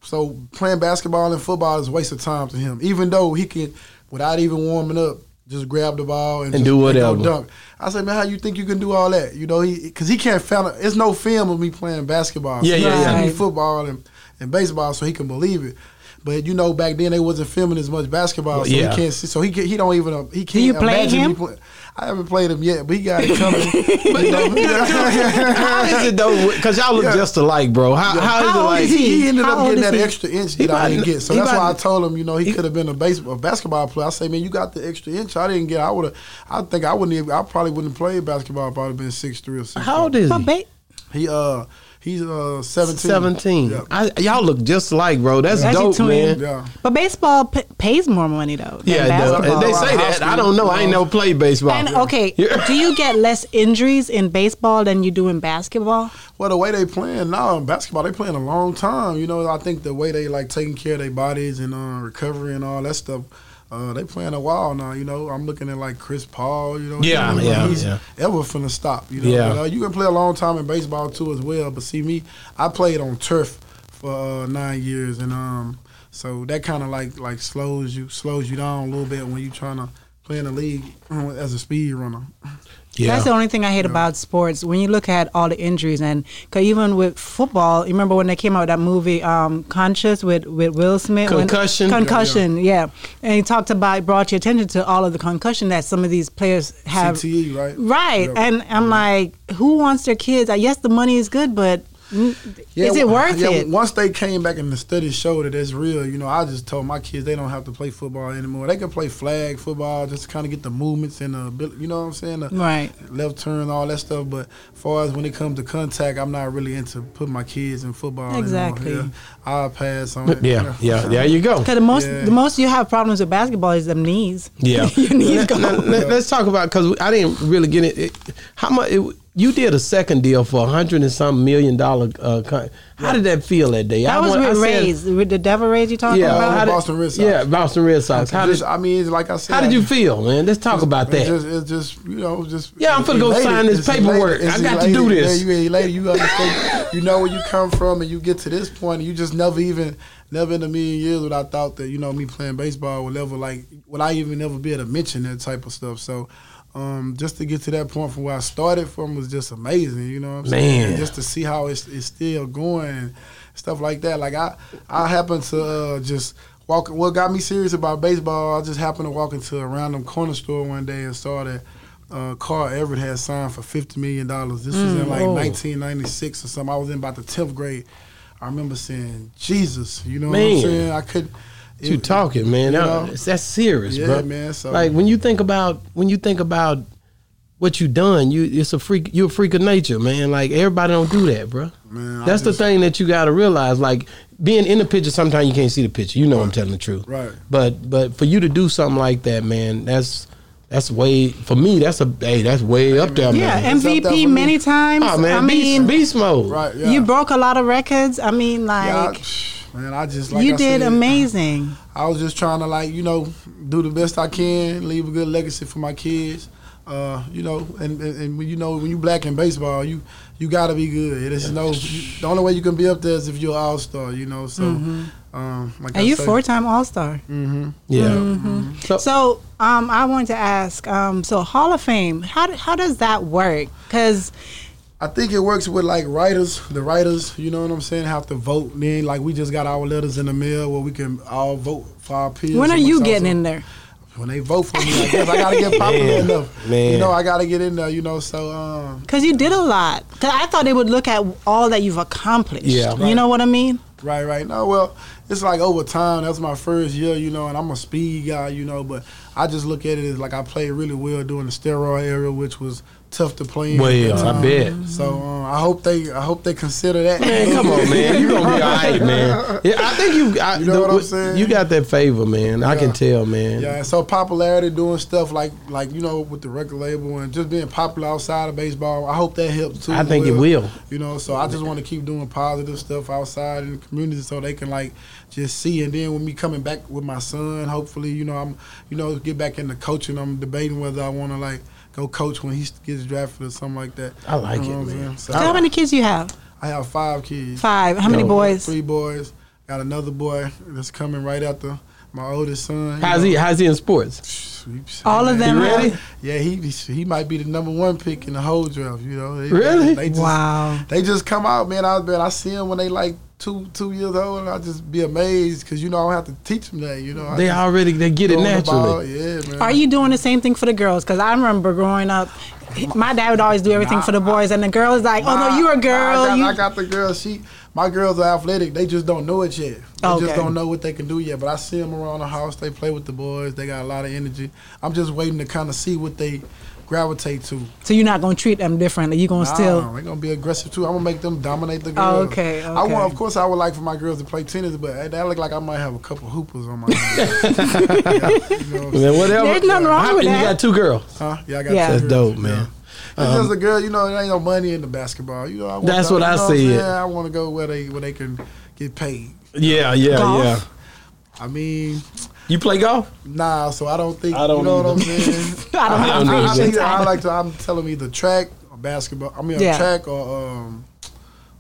Speaker 4: So playing basketball and football is a waste of time to him. Even though he can, without even warming up, just grab the ball and,
Speaker 2: And
Speaker 4: just-
Speaker 2: do
Speaker 4: go
Speaker 2: whatever.
Speaker 4: dunk. I said, man, how you think you can do all that? You know, he because he can't found. It's no film of me playing basketball.
Speaker 2: Yeah,
Speaker 4: So
Speaker 2: yeah,
Speaker 4: he
Speaker 2: yeah.
Speaker 4: seen me
Speaker 3: Right.
Speaker 4: Football and, and baseball, so he can believe it. But you know, back then they wasn't filming as much basketball, so
Speaker 2: Yeah.
Speaker 4: he can't see. So he get, he don't even uh, he can't.
Speaker 3: you play
Speaker 4: imagine me
Speaker 3: him?
Speaker 4: play- I haven't played him yet, but he got it coming. but no,
Speaker 2: How is it though? Because y'all look
Speaker 4: Yeah.
Speaker 2: just alike, bro. How, how is
Speaker 3: How
Speaker 2: it
Speaker 3: old
Speaker 2: like?
Speaker 3: is
Speaker 4: he, he ended
Speaker 3: How
Speaker 4: up
Speaker 3: old
Speaker 4: getting
Speaker 3: is
Speaker 4: that
Speaker 3: he?
Speaker 4: extra inch
Speaker 2: He
Speaker 4: that I didn't
Speaker 2: about-
Speaker 4: get. So
Speaker 2: he
Speaker 4: that's why I
Speaker 2: about-
Speaker 4: told him, you know, he could have been a baseball a basketball player. I say, man, you got the extra inch. I didn't get. I would have. I think I wouldn't. Even, I probably wouldn't have played basketball. if I would have been six three or six.
Speaker 2: How old is
Speaker 3: But
Speaker 2: he?
Speaker 3: ba-
Speaker 4: He uh he's uh seventeen.
Speaker 2: 17.
Speaker 4: Yeah.
Speaker 2: I, y'all look just alike, bro. That's
Speaker 3: That's your
Speaker 2: dope,
Speaker 3: twin.
Speaker 2: man.
Speaker 4: Yeah.
Speaker 3: but baseball p- pays more money though. Than
Speaker 2: Yeah, it does.
Speaker 3: basketball.
Speaker 2: And they say that. I don't know. I ain't never played baseball.
Speaker 3: And okay,
Speaker 2: Yeah.
Speaker 3: do you get less injuries in baseball than you do in basketball?
Speaker 4: Well, the way they playing now in basketball, they playing a long time. You know, I think the way they like taking care of their bodies and uh, recovery and all that stuff. Uh, they playing a while now, you know. I'm looking at like Chris Paul, you know.
Speaker 2: Yeah,
Speaker 4: you know,
Speaker 2: yeah,
Speaker 4: he's
Speaker 2: yeah.
Speaker 4: Ever finna stop, you know.
Speaker 2: Yeah.
Speaker 4: But, uh, you can play a long time in baseball too as well. But see me, I played on turf for uh, nine years, and um, so that kind of like like slows you slows you down a little bit when you trying to play in the league uh, as a speed runner.
Speaker 3: That's the only thing I hate about sports. When you look at all the injuries, and 'cause even with football, you remember when they came out with that movie, um, Conscious with, with Will Smith? When-
Speaker 2: Concussion.
Speaker 3: concussion, yeah, And he talked about, brought your attention to all of the concussion that some of these players have.
Speaker 4: CTE, right?
Speaker 3: Right.
Speaker 4: E. Yeah.
Speaker 3: And I'm like, who wants their kids? I yes, the money is good, but mm,
Speaker 4: Yeah,
Speaker 3: is it
Speaker 4: w-
Speaker 3: worth
Speaker 4: yeah,
Speaker 3: it?
Speaker 4: Once they came back and the studies showed that it's real, you know, I just told my kids they don't have to play football anymore. They can play flag football just to kind of get the movements and the ability, you know what I'm saying? The
Speaker 3: Right.
Speaker 4: Left turn, all that stuff. But far as when it comes to contact, I'm not really into putting my kids in football. anymore.
Speaker 3: Exactly.
Speaker 4: Yeah, I'll pass on it.
Speaker 2: Yeah, yeah, there you go.
Speaker 3: Because the most
Speaker 4: Yeah.
Speaker 3: the most you have problems with basketball is them knees.
Speaker 2: Yeah,
Speaker 3: your knees go.
Speaker 2: let, us talk about because I didn't really get it. it how much it, you did a second deal for a hundred and some million dollar? Uh, con- how did that feel that day?
Speaker 3: that
Speaker 2: I
Speaker 3: was
Speaker 2: want- I
Speaker 3: with
Speaker 2: said-
Speaker 3: Rays, with the Devil Rays you talking
Speaker 2: Yeah,
Speaker 3: about.
Speaker 2: how did-
Speaker 4: Boston Red Sox.
Speaker 2: Yeah, Boston Red Sox. How did,
Speaker 4: Just- I mean, it's like I said.
Speaker 2: how did you
Speaker 4: I-
Speaker 2: feel, man? Let's talk about that.
Speaker 4: It's just, it's just, you know, just.
Speaker 2: Yeah, I'm finna go
Speaker 4: elated.
Speaker 2: sign this
Speaker 4: It's
Speaker 2: paperwork.
Speaker 4: elated.
Speaker 2: I
Speaker 4: It's
Speaker 2: got to do
Speaker 4: elated.
Speaker 2: this.
Speaker 4: Yeah, you elated. You understand. you know where you come from, and you get to this point, and you just never even, never in a million years would I thought that you know me playing baseball would ever like would I even ever be able to mention that type of stuff. So. Um, just to get to that point from where I started from was just amazing, you know what I'm saying?
Speaker 2: Man.
Speaker 4: And just to see how it's, it's still going and stuff like that. Like I, I happened to uh, just walk. What got me serious about baseball? I just happened to walk into a random corner store one day and saw that uh, Carl Everett had signed for fifty million dollars. This was
Speaker 3: Mm,
Speaker 4: in like
Speaker 3: oh.
Speaker 4: 1996 or something. I was in about the tenth grade. I remember saying, "Jesus," you know what
Speaker 2: Man.
Speaker 4: I'm saying? I could.
Speaker 2: What you talking, man?
Speaker 4: you
Speaker 2: That-
Speaker 4: know?
Speaker 2: that's serious,
Speaker 4: Yeah,
Speaker 2: bro.
Speaker 4: man, so-
Speaker 2: Like when you think about when you think about what you done, you it's a freak. You're a freak of nature, man. Like everybody don't do that, bro.
Speaker 4: Man, I
Speaker 2: that's the
Speaker 4: just-
Speaker 2: thing that you got to realize. Like being in the picture, sometimes you can't see the picture. You know, I'm telling the truth.
Speaker 4: Right.
Speaker 2: But but for you to do something like that, man, that's that's way for me. That's a hey, that's way up there,
Speaker 3: yeah,
Speaker 2: man.
Speaker 4: and- Except that
Speaker 3: MVP
Speaker 4: for me.
Speaker 3: many times.
Speaker 2: Oh man,
Speaker 3: I mean,
Speaker 2: beast, beast mode.
Speaker 4: Right. Yeah.
Speaker 3: you broke a lot of records. I mean, like
Speaker 4: Yeah, I- man, I just like
Speaker 3: you
Speaker 4: I
Speaker 3: did
Speaker 4: said,
Speaker 3: amazing.
Speaker 4: I was just trying to like you know do the best I can, leave a good legacy for my kids. Uh, you know, and, and and when you know when you black in baseball, you you gotta be good. There's no you- the only way you can be up there is if you're an all star. You know, so um, like
Speaker 3: Mm-hmm. And
Speaker 4: I
Speaker 3: you
Speaker 4: say-
Speaker 3: four time All Star.
Speaker 2: Yeah. Mm-hmm.
Speaker 3: So um, I wanted to ask. Um, so Hall of Fame, how how does that work? Because
Speaker 4: I think it works with like writers. The writers, you know what I'm saying, have to vote. Then like we just got our letters in the mail where we can all vote for our peers.
Speaker 3: when are
Speaker 4: and
Speaker 3: you
Speaker 4: what's
Speaker 3: getting
Speaker 4: also-
Speaker 3: in there?
Speaker 4: When they vote for me, I guess I gotta get popular
Speaker 2: Man,
Speaker 4: enough.
Speaker 2: man.
Speaker 4: You know, I gotta get in there. You know, so um,
Speaker 3: Because you did a lot. Because I thought they would look at all that you've accomplished.
Speaker 2: Yeah.
Speaker 3: You know what I mean?
Speaker 4: Right, right. No, well, it's like over time. That's my first year, you know, and I'm a speed guy, you know, but I just look at it as like I played really well during the steroid era, which was tough to play in. at
Speaker 2: Well,
Speaker 4: that
Speaker 2: I
Speaker 4: time.
Speaker 2: bet.
Speaker 4: So um, I hope they I hope they consider that.
Speaker 2: Man, come on, man. You gonna be all right, man. Yeah, I think you. I,
Speaker 4: You know what I'm saying?
Speaker 2: You got that favor, man. I can
Speaker 4: Yeah.
Speaker 2: tell, man.
Speaker 4: Yeah, and so popularity doing stuff like like you know with the record label and just being popular outside of baseball. I hope that helps too.
Speaker 2: I
Speaker 4: as
Speaker 2: think it
Speaker 4: well.
Speaker 2: will.
Speaker 4: You know, so I just want to keep doing positive stuff outside in the community so they can like just see. And then with me coming back with my son, hopefully, you know, I'm you know get back into coaching. I'm debating whether I want to like go coach when he gets drafted or something like that.
Speaker 2: I like
Speaker 4: You know
Speaker 2: it,
Speaker 4: what I'm
Speaker 2: man.
Speaker 4: saying? So
Speaker 3: So how many kids you have?
Speaker 4: I have five kids.
Speaker 3: Five. How many
Speaker 2: No.
Speaker 3: boys?
Speaker 4: Three boys. Got another boy that's coming right after my oldest son. you
Speaker 2: How's
Speaker 4: know.
Speaker 2: he? How's he in sports?
Speaker 4: Sweeps.
Speaker 3: All of them.
Speaker 4: Man.
Speaker 2: You
Speaker 3: are-
Speaker 2: ready?
Speaker 4: Yeah, he he might be the number one pick in the whole draft. You know, They-
Speaker 2: Really?
Speaker 4: They just,
Speaker 3: Wow.
Speaker 4: They just come out, man. I man, I see them when they like two two years old, and I just be amazed because you know I don't have to teach them that. You know, I
Speaker 2: They
Speaker 4: just
Speaker 2: already they get it
Speaker 4: throw 'em the ball.
Speaker 2: naturally.
Speaker 4: Yeah, man.
Speaker 3: Are you doing the same thing for the girls? Because I remember growing up, he- my dad would always do everything for the boys, and the girl is like, "Oh no,
Speaker 4: Nah,
Speaker 3: you're a
Speaker 4: nah,
Speaker 3: girl."
Speaker 4: I got,
Speaker 3: you-
Speaker 4: I got the girl. She, my girls are athletic. They just don't know it yet. They
Speaker 3: Okay.
Speaker 4: just don't know what they can do yet. But I see them around the house. They play with the boys. They got a lot of energy. I'm just waiting to kind of see what they gravitate to.
Speaker 3: so you're not gonna treat them differently. You're gonna
Speaker 4: Nah,
Speaker 3: still.
Speaker 4: they gonna be aggressive too. I'm gonna make them dominate the
Speaker 3: Oh,
Speaker 4: girls.
Speaker 3: okay,
Speaker 4: I
Speaker 3: okay.
Speaker 4: want, of course, I would like for my girls to play tennis, but hey, that look like I might have a couple hoopers on my. hand. yeah, you know what I'm saying?
Speaker 2: Man, whatever.
Speaker 3: There's nothing wrong
Speaker 2: How-
Speaker 3: with
Speaker 2: and
Speaker 3: that.
Speaker 2: You got two girls.
Speaker 4: Huh? Yeah, I got.
Speaker 3: Yeah.
Speaker 4: two
Speaker 2: That's
Speaker 4: girls,
Speaker 2: dope, man. Um,
Speaker 4: yeah. It's just a girl, you know. There ain't no money in the basketball. You know. I want
Speaker 2: That's
Speaker 4: to-
Speaker 2: what
Speaker 4: you
Speaker 2: I
Speaker 4: know I'm
Speaker 2: said.
Speaker 4: saying? I want to go where they where they can get paid.
Speaker 2: Yeah, yeah,
Speaker 3: Golf?
Speaker 2: yeah.
Speaker 4: I mean,
Speaker 2: You play golf?
Speaker 4: nah. So I don't think
Speaker 2: I don't
Speaker 4: you know what
Speaker 2: either.
Speaker 4: I'm saying.
Speaker 3: I don't
Speaker 2: I
Speaker 3: have
Speaker 2: don't
Speaker 4: I,
Speaker 2: know.
Speaker 3: time.
Speaker 4: I,
Speaker 2: Amazing.
Speaker 4: think I like to. I'm telling either track or basketball. I mean, or
Speaker 3: Yeah.
Speaker 4: track or um,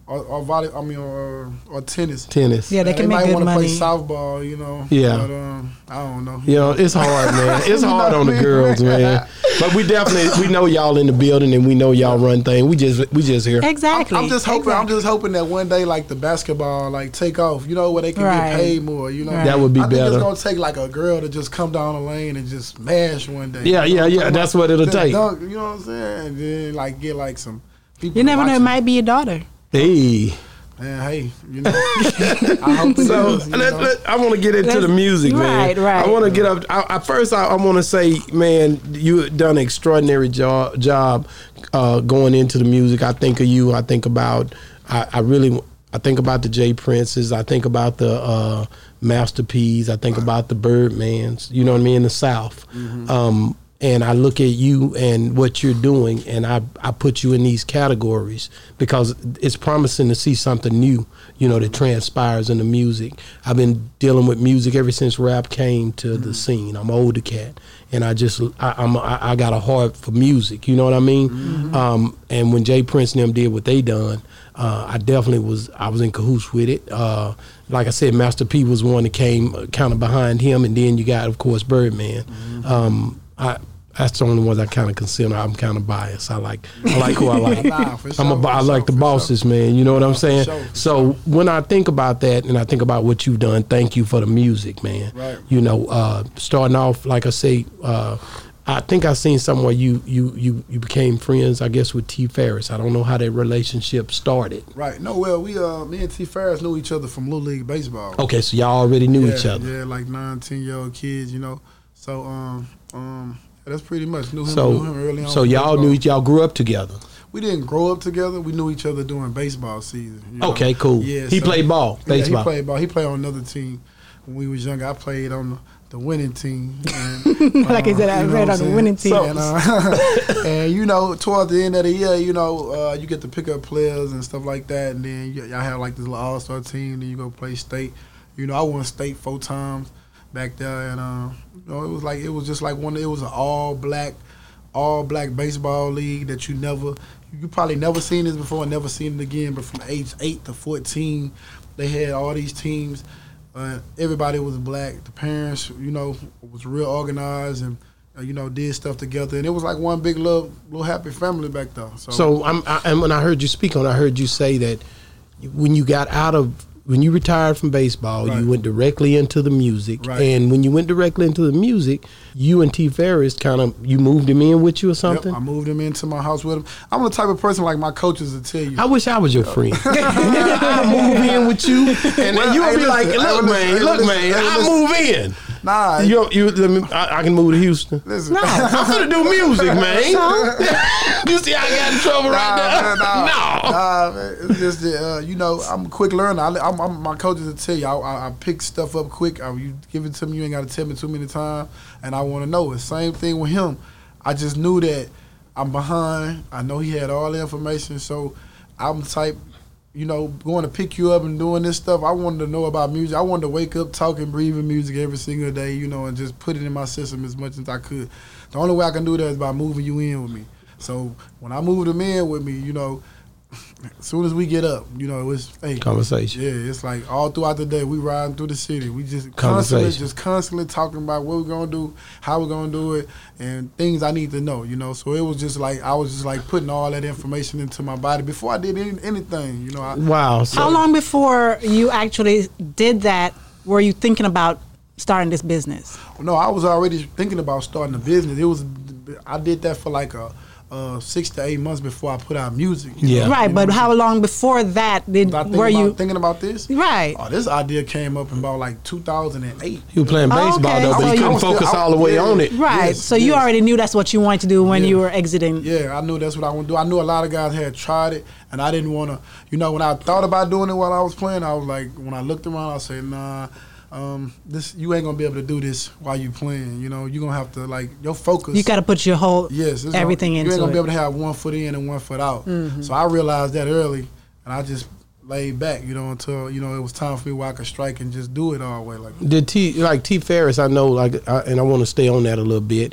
Speaker 4: or, or volley. I mean, or, or tennis.
Speaker 2: Tennis.
Speaker 3: Yeah, they can make
Speaker 4: might
Speaker 3: good
Speaker 4: wanna
Speaker 3: money.
Speaker 4: play softball, you know.
Speaker 2: Yeah.
Speaker 4: But, um, I don't know.
Speaker 2: You know, it's hard, man. It's hard on the girls, man. But we definitely we know y'all in the building and we know y'all run thing. We just we just here.
Speaker 3: exactly.
Speaker 4: I'm, I'm just hoping. I'm
Speaker 3: Exactly.
Speaker 4: just hoping that one day, like the basketball, like take off. You know, where they can
Speaker 3: Right.
Speaker 4: get paid more. You know,
Speaker 3: Right.
Speaker 2: That would be
Speaker 4: I think
Speaker 2: better.
Speaker 4: it's gonna take like a girl to just come down the lane and just mash one day.
Speaker 2: Yeah, yeah, yeah. That's what it'll
Speaker 4: Just
Speaker 2: take.
Speaker 4: dunk, you know what I'm saying? And then like get like some. People
Speaker 3: You never know. It
Speaker 4: watching.
Speaker 3: might be your daughter.
Speaker 2: Hey.
Speaker 4: Man, hey, you know. I hope it is,
Speaker 2: So
Speaker 4: you
Speaker 2: let,
Speaker 4: know.
Speaker 2: let- I want to get into
Speaker 3: Let's-
Speaker 2: the music, man.
Speaker 3: right, right.
Speaker 2: I want to get up. I, I first, I, I want to say, man, you have done an extraordinary job, job uh, going into the music. I think of you. I think about. I, I really. I think about the Jay Princes. I think about the uh, Master P's. I think about the Birdmans. You know what I mean? In the South.
Speaker 3: Mm-hmm.
Speaker 2: Um, and I look at you and what you're doing, and I, I put you in these categories because it's promising to see something new, you know, that transpires in the music. I've been dealing with music ever since rap came to the scene. I'm an older cat, and I just I, I'm I, I got a heart for music. You know what I mean? Um, and when Jay Prince and them did what they done, uh, I definitely was I was in cahoots with it. Uh, like I said, Master P was one that came kind of behind him, and then you got of course Birdman. Um, I that's the only ones I kind of consider. I'm kind of biased. I like I like who I like.
Speaker 4: Nah, for
Speaker 2: I'm a,
Speaker 4: sure,
Speaker 2: bo- I
Speaker 4: for
Speaker 2: like
Speaker 4: sure,
Speaker 2: the
Speaker 4: for
Speaker 2: bosses, man. You know what I'm saying?
Speaker 4: sure, for
Speaker 2: so when I think about that and I think about what you've done, thank you for the music, man.
Speaker 4: Right.
Speaker 2: You know, uh, starting off, like I say, uh, I think I seen somewhere you you you you became friends, I guess, with T. Ferris. I don't know how that relationship started.
Speaker 4: Right. No, well, we uh, me and T. Ferris knew each other from Little League Baseball.
Speaker 2: Okay, so y'all already knew
Speaker 4: yeah,
Speaker 2: each other.
Speaker 4: Yeah, like nine, ten year old kids, you know. So um um that's pretty much knew him. knew him early
Speaker 2: So
Speaker 4: on
Speaker 2: so
Speaker 4: from
Speaker 2: y'all knew
Speaker 4: baseball.
Speaker 2: each, y'all grew up together.
Speaker 4: We didn't grow up together. We knew each other during baseball season. you know.
Speaker 2: Okay, cool. He played ball,
Speaker 4: yeah,
Speaker 2: baseball.
Speaker 4: he played ball. He played on another team when we was younger. I played on the, the winning team. And, uh,
Speaker 3: Like I said, I
Speaker 4: you
Speaker 3: played
Speaker 4: know what
Speaker 3: on
Speaker 4: I'm
Speaker 3: the
Speaker 4: saying?
Speaker 3: winning team.
Speaker 4: And, uh, and you know, towards the end of the year, you know, uh, you get to pick up players and stuff like that. And then y- y'all have like this little all star team. Then you go play state. You know, I won state four times back there, and uh, you know, it was like it was just like one. It was an all black, all black baseball league that you never, you probably never seen this before, and never seen it again. But from age eight to fourteen, they had all these teams. Uh, everybody was black. The parents, you know, was real organized and uh, you know did stuff together, and it was like one big little little happy family back there. So,
Speaker 2: So I'm, I, and when I heard you speak on, it, I heard you say that when you got out of when you retired from baseball,
Speaker 4: Right.
Speaker 2: you went directly into the music,
Speaker 4: Right.
Speaker 2: and when you went directly into the music, you and T. Ferris kind of you moved him in with you or
Speaker 4: Yep,
Speaker 2: something.
Speaker 4: I moved him into my house with him. I'm the type of person like my coaches will tell you.
Speaker 2: I wish I was your friend. I move in with you, and then
Speaker 4: Well,
Speaker 2: you
Speaker 4: hey,
Speaker 2: would be
Speaker 4: listen,
Speaker 2: like,
Speaker 4: hey,
Speaker 2: "Look,
Speaker 4: listen,
Speaker 2: man,
Speaker 4: hey,
Speaker 2: look,
Speaker 4: listen,
Speaker 2: man,
Speaker 4: hey, listen."
Speaker 2: I move in."
Speaker 4: nah,
Speaker 2: You, you, let me, I, I can move to Houston.
Speaker 4: listen.
Speaker 2: I'm gonna do music, man. you see, how I got in trouble right now.
Speaker 4: man, nah,
Speaker 2: no.
Speaker 4: nah, man. It's just that, uh, you know, I'm a quick learner. I, I'm, I'm, my coaches will tell you, I, I, I pick stuff up quick. I, you give it to me, you ain't got to tell me too many times, and I want to know it. Same thing with him. I just knew that I'm behind. I know he had all the information, so I'm the type, you know, going to pick you up and doing this stuff. I wanted to know about music. I wanted to wake up talking, breathing music every single day, you know, and just put it in my system as much as I could. The only way I can do that is by moving you in with me. So when I moved him in with me, you know, as soon as we get up, you know, it's hey,
Speaker 2: Conversation.
Speaker 4: yeah, it's like all throughout the day we riding through the city. We just constantly,
Speaker 2: Conversation.
Speaker 4: just constantly talking about what we're gonna do, how we're gonna do it, and things I need to know. You know, so it was just like I was just like putting all that information into my body before I did any, anything. You know, I,
Speaker 2: Wow. So
Speaker 3: How long before you actually did that were you thinking about starting this business?
Speaker 4: No, I was already thinking about starting a business. It was I did that for like a, uh six to eight months before I put out music. you
Speaker 2: Yeah.
Speaker 4: know?
Speaker 3: Right, but how long before that did
Speaker 4: I think
Speaker 3: were
Speaker 4: about,
Speaker 3: you
Speaker 4: thinking about this?
Speaker 3: Right.
Speaker 4: Oh, this idea came up in about like 2008.
Speaker 2: he was playing
Speaker 3: Oh,
Speaker 2: baseball
Speaker 3: okay.
Speaker 2: though, but
Speaker 3: So
Speaker 2: he
Speaker 3: you- oh,
Speaker 2: couldn't focus all the way
Speaker 4: Yeah.
Speaker 2: on it.
Speaker 3: Right.
Speaker 4: Yes,
Speaker 3: so you
Speaker 4: yes.
Speaker 3: already knew that's what you wanted to do when you
Speaker 4: Yeah.
Speaker 3: were exiting.
Speaker 4: Yeah, I knew that's what I want to do. I knew a lot of guys had tried it, and I didn't want to. You know, when I thought about doing it while I was playing, I was like, when I looked around, I said, nah. Um, this you ain't gonna be able to do this while you playing. You know, you are gonna have to like your focus.
Speaker 3: You got to put your whole
Speaker 4: Yes, it's
Speaker 3: everything
Speaker 4: gonna,
Speaker 3: into it.
Speaker 4: you ain't gonna
Speaker 3: Mm-hmm.
Speaker 4: be able to have one foot in and one foot out. So I realized that early, and I just laid back, you know, until you know it was time for me where I could strike and just do it all the way. Like
Speaker 2: Did T like T Ferris? I know, like, I, and I want to stay on that a little bit.